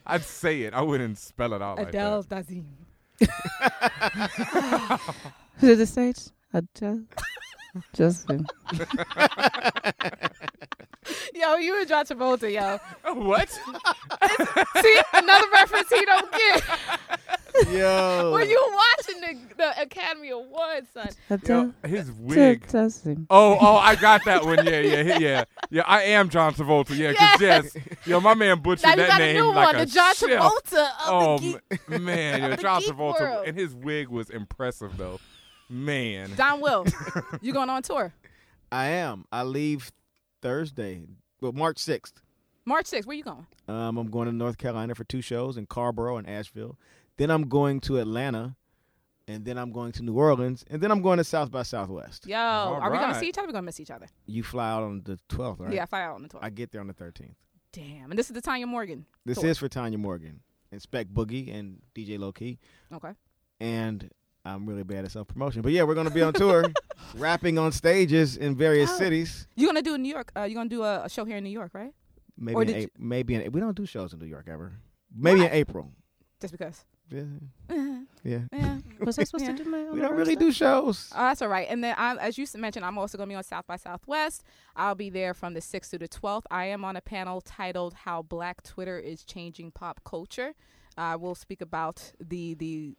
Speaker 2: I'd say it. I wouldn't spell it out
Speaker 1: Adele
Speaker 2: like
Speaker 1: Dazim.
Speaker 4: to the stage. Adele. Justin.
Speaker 1: Yo, you and John Travolta, yo.
Speaker 2: that. What?
Speaker 1: See, another reference he don't get.
Speaker 3: Yo.
Speaker 1: Were you watching the, the Academy Awards, son?
Speaker 2: Yo,
Speaker 4: Adele.
Speaker 2: his
Speaker 4: to
Speaker 2: wig.
Speaker 4: Justin.
Speaker 2: Oh, oh, I got that one. Yeah, yeah, yeah, yeah. Yeah, I am John Travolta. Yeah, because yes. yo, my man butchered
Speaker 1: Now you
Speaker 2: that
Speaker 1: got a
Speaker 2: name
Speaker 1: new
Speaker 2: like
Speaker 1: one, the
Speaker 2: a
Speaker 1: John
Speaker 2: chef.
Speaker 1: Travolta of
Speaker 2: Oh
Speaker 1: the geek.
Speaker 2: m- man, yo,
Speaker 1: the
Speaker 2: John
Speaker 1: geek
Speaker 2: Travolta
Speaker 1: world.
Speaker 2: and his wig was impressive though. Man,
Speaker 1: Don Will, you going on tour?
Speaker 3: I am. I leave Thursday, well, March 6th.
Speaker 1: March 6th, where you going?
Speaker 3: Um, I'm going to North Carolina for two shows in Carborough and Asheville. Then I'm going to Atlanta, and then I'm going to New Orleans, and then I'm going to South by Southwest.
Speaker 1: Yo, are we going
Speaker 2: right.
Speaker 1: to see each other? We're going to miss each other.
Speaker 3: You fly out on the 12th, right?
Speaker 1: Yeah, fly out on the tour.
Speaker 3: I get there on the 13th.
Speaker 1: Damn. And this is the Tanya Morgan.
Speaker 3: This
Speaker 1: tour.
Speaker 3: is for Tanya Morgan and Spec Boogie and DJ Low Key.
Speaker 1: Okay.
Speaker 3: and I'm really bad at self promotion. But yeah, we're gonna be on tour, rapping on stages in various
Speaker 1: Oh.
Speaker 3: cities.
Speaker 1: You're going to do in New York. Uh, you're going to do a, a show here in New York, right? Or
Speaker 3: Maybe in
Speaker 1: did
Speaker 3: a-
Speaker 1: you-
Speaker 3: maybe in, we don't do shows in New York ever. Maybe in April.
Speaker 1: Just because.
Speaker 3: Yeah,
Speaker 1: Eh,
Speaker 3: yeah.
Speaker 1: yeah.
Speaker 4: Was I supposed
Speaker 1: Yeah.
Speaker 4: to do my own
Speaker 3: We don't
Speaker 4: own
Speaker 3: really
Speaker 4: stuff?
Speaker 3: do shows.
Speaker 1: Oh, that's all right. And then, I, as you s- mentioned, I'm also going to be on South by Southwest. I'll be there from the 6th to the 12th. I am on a panel titled "How Black Twitter is Changing Pop Culture." I will speak about the the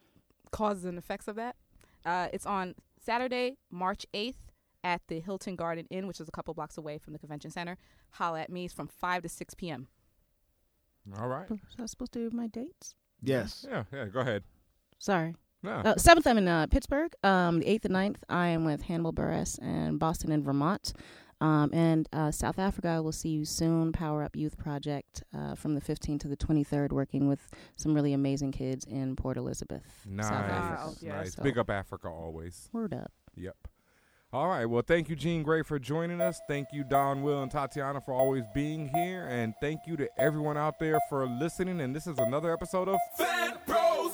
Speaker 1: causes and effects of that. Uh, it's on Saturday, March 8th at the Hilton Garden Inn, which is a couple blocks away from the convention center. Holla at me. It's from 5 to 6 p.m.
Speaker 2: all right.
Speaker 4: Was I supposed to do my dates?
Speaker 3: Yes.
Speaker 2: Yeah, yeah. Go ahead.
Speaker 4: Sorry.
Speaker 2: No.
Speaker 1: Oh,
Speaker 4: Uh, seventh, I'm in uh, Pittsburgh. Um, the eighth and 9th, I am with Hannibal Buress and Boston and Vermont. Um, and uh, South Africa, I will see you soon. Power Up Youth Project uh, from the 15th to the 23rd, working with some really amazing kids in Port Elizabeth.
Speaker 2: Nice,
Speaker 1: Africa. Yeah,
Speaker 2: nice.
Speaker 4: so-
Speaker 2: Big up Africa always.
Speaker 4: Word up.
Speaker 2: Yep. All right. Well, thank you, Gene Gray, for joining us. Thank you, Don, Will, and Tatiana for always being here. And thank you to everyone out there for listening. And this is another episode of Fan Bros.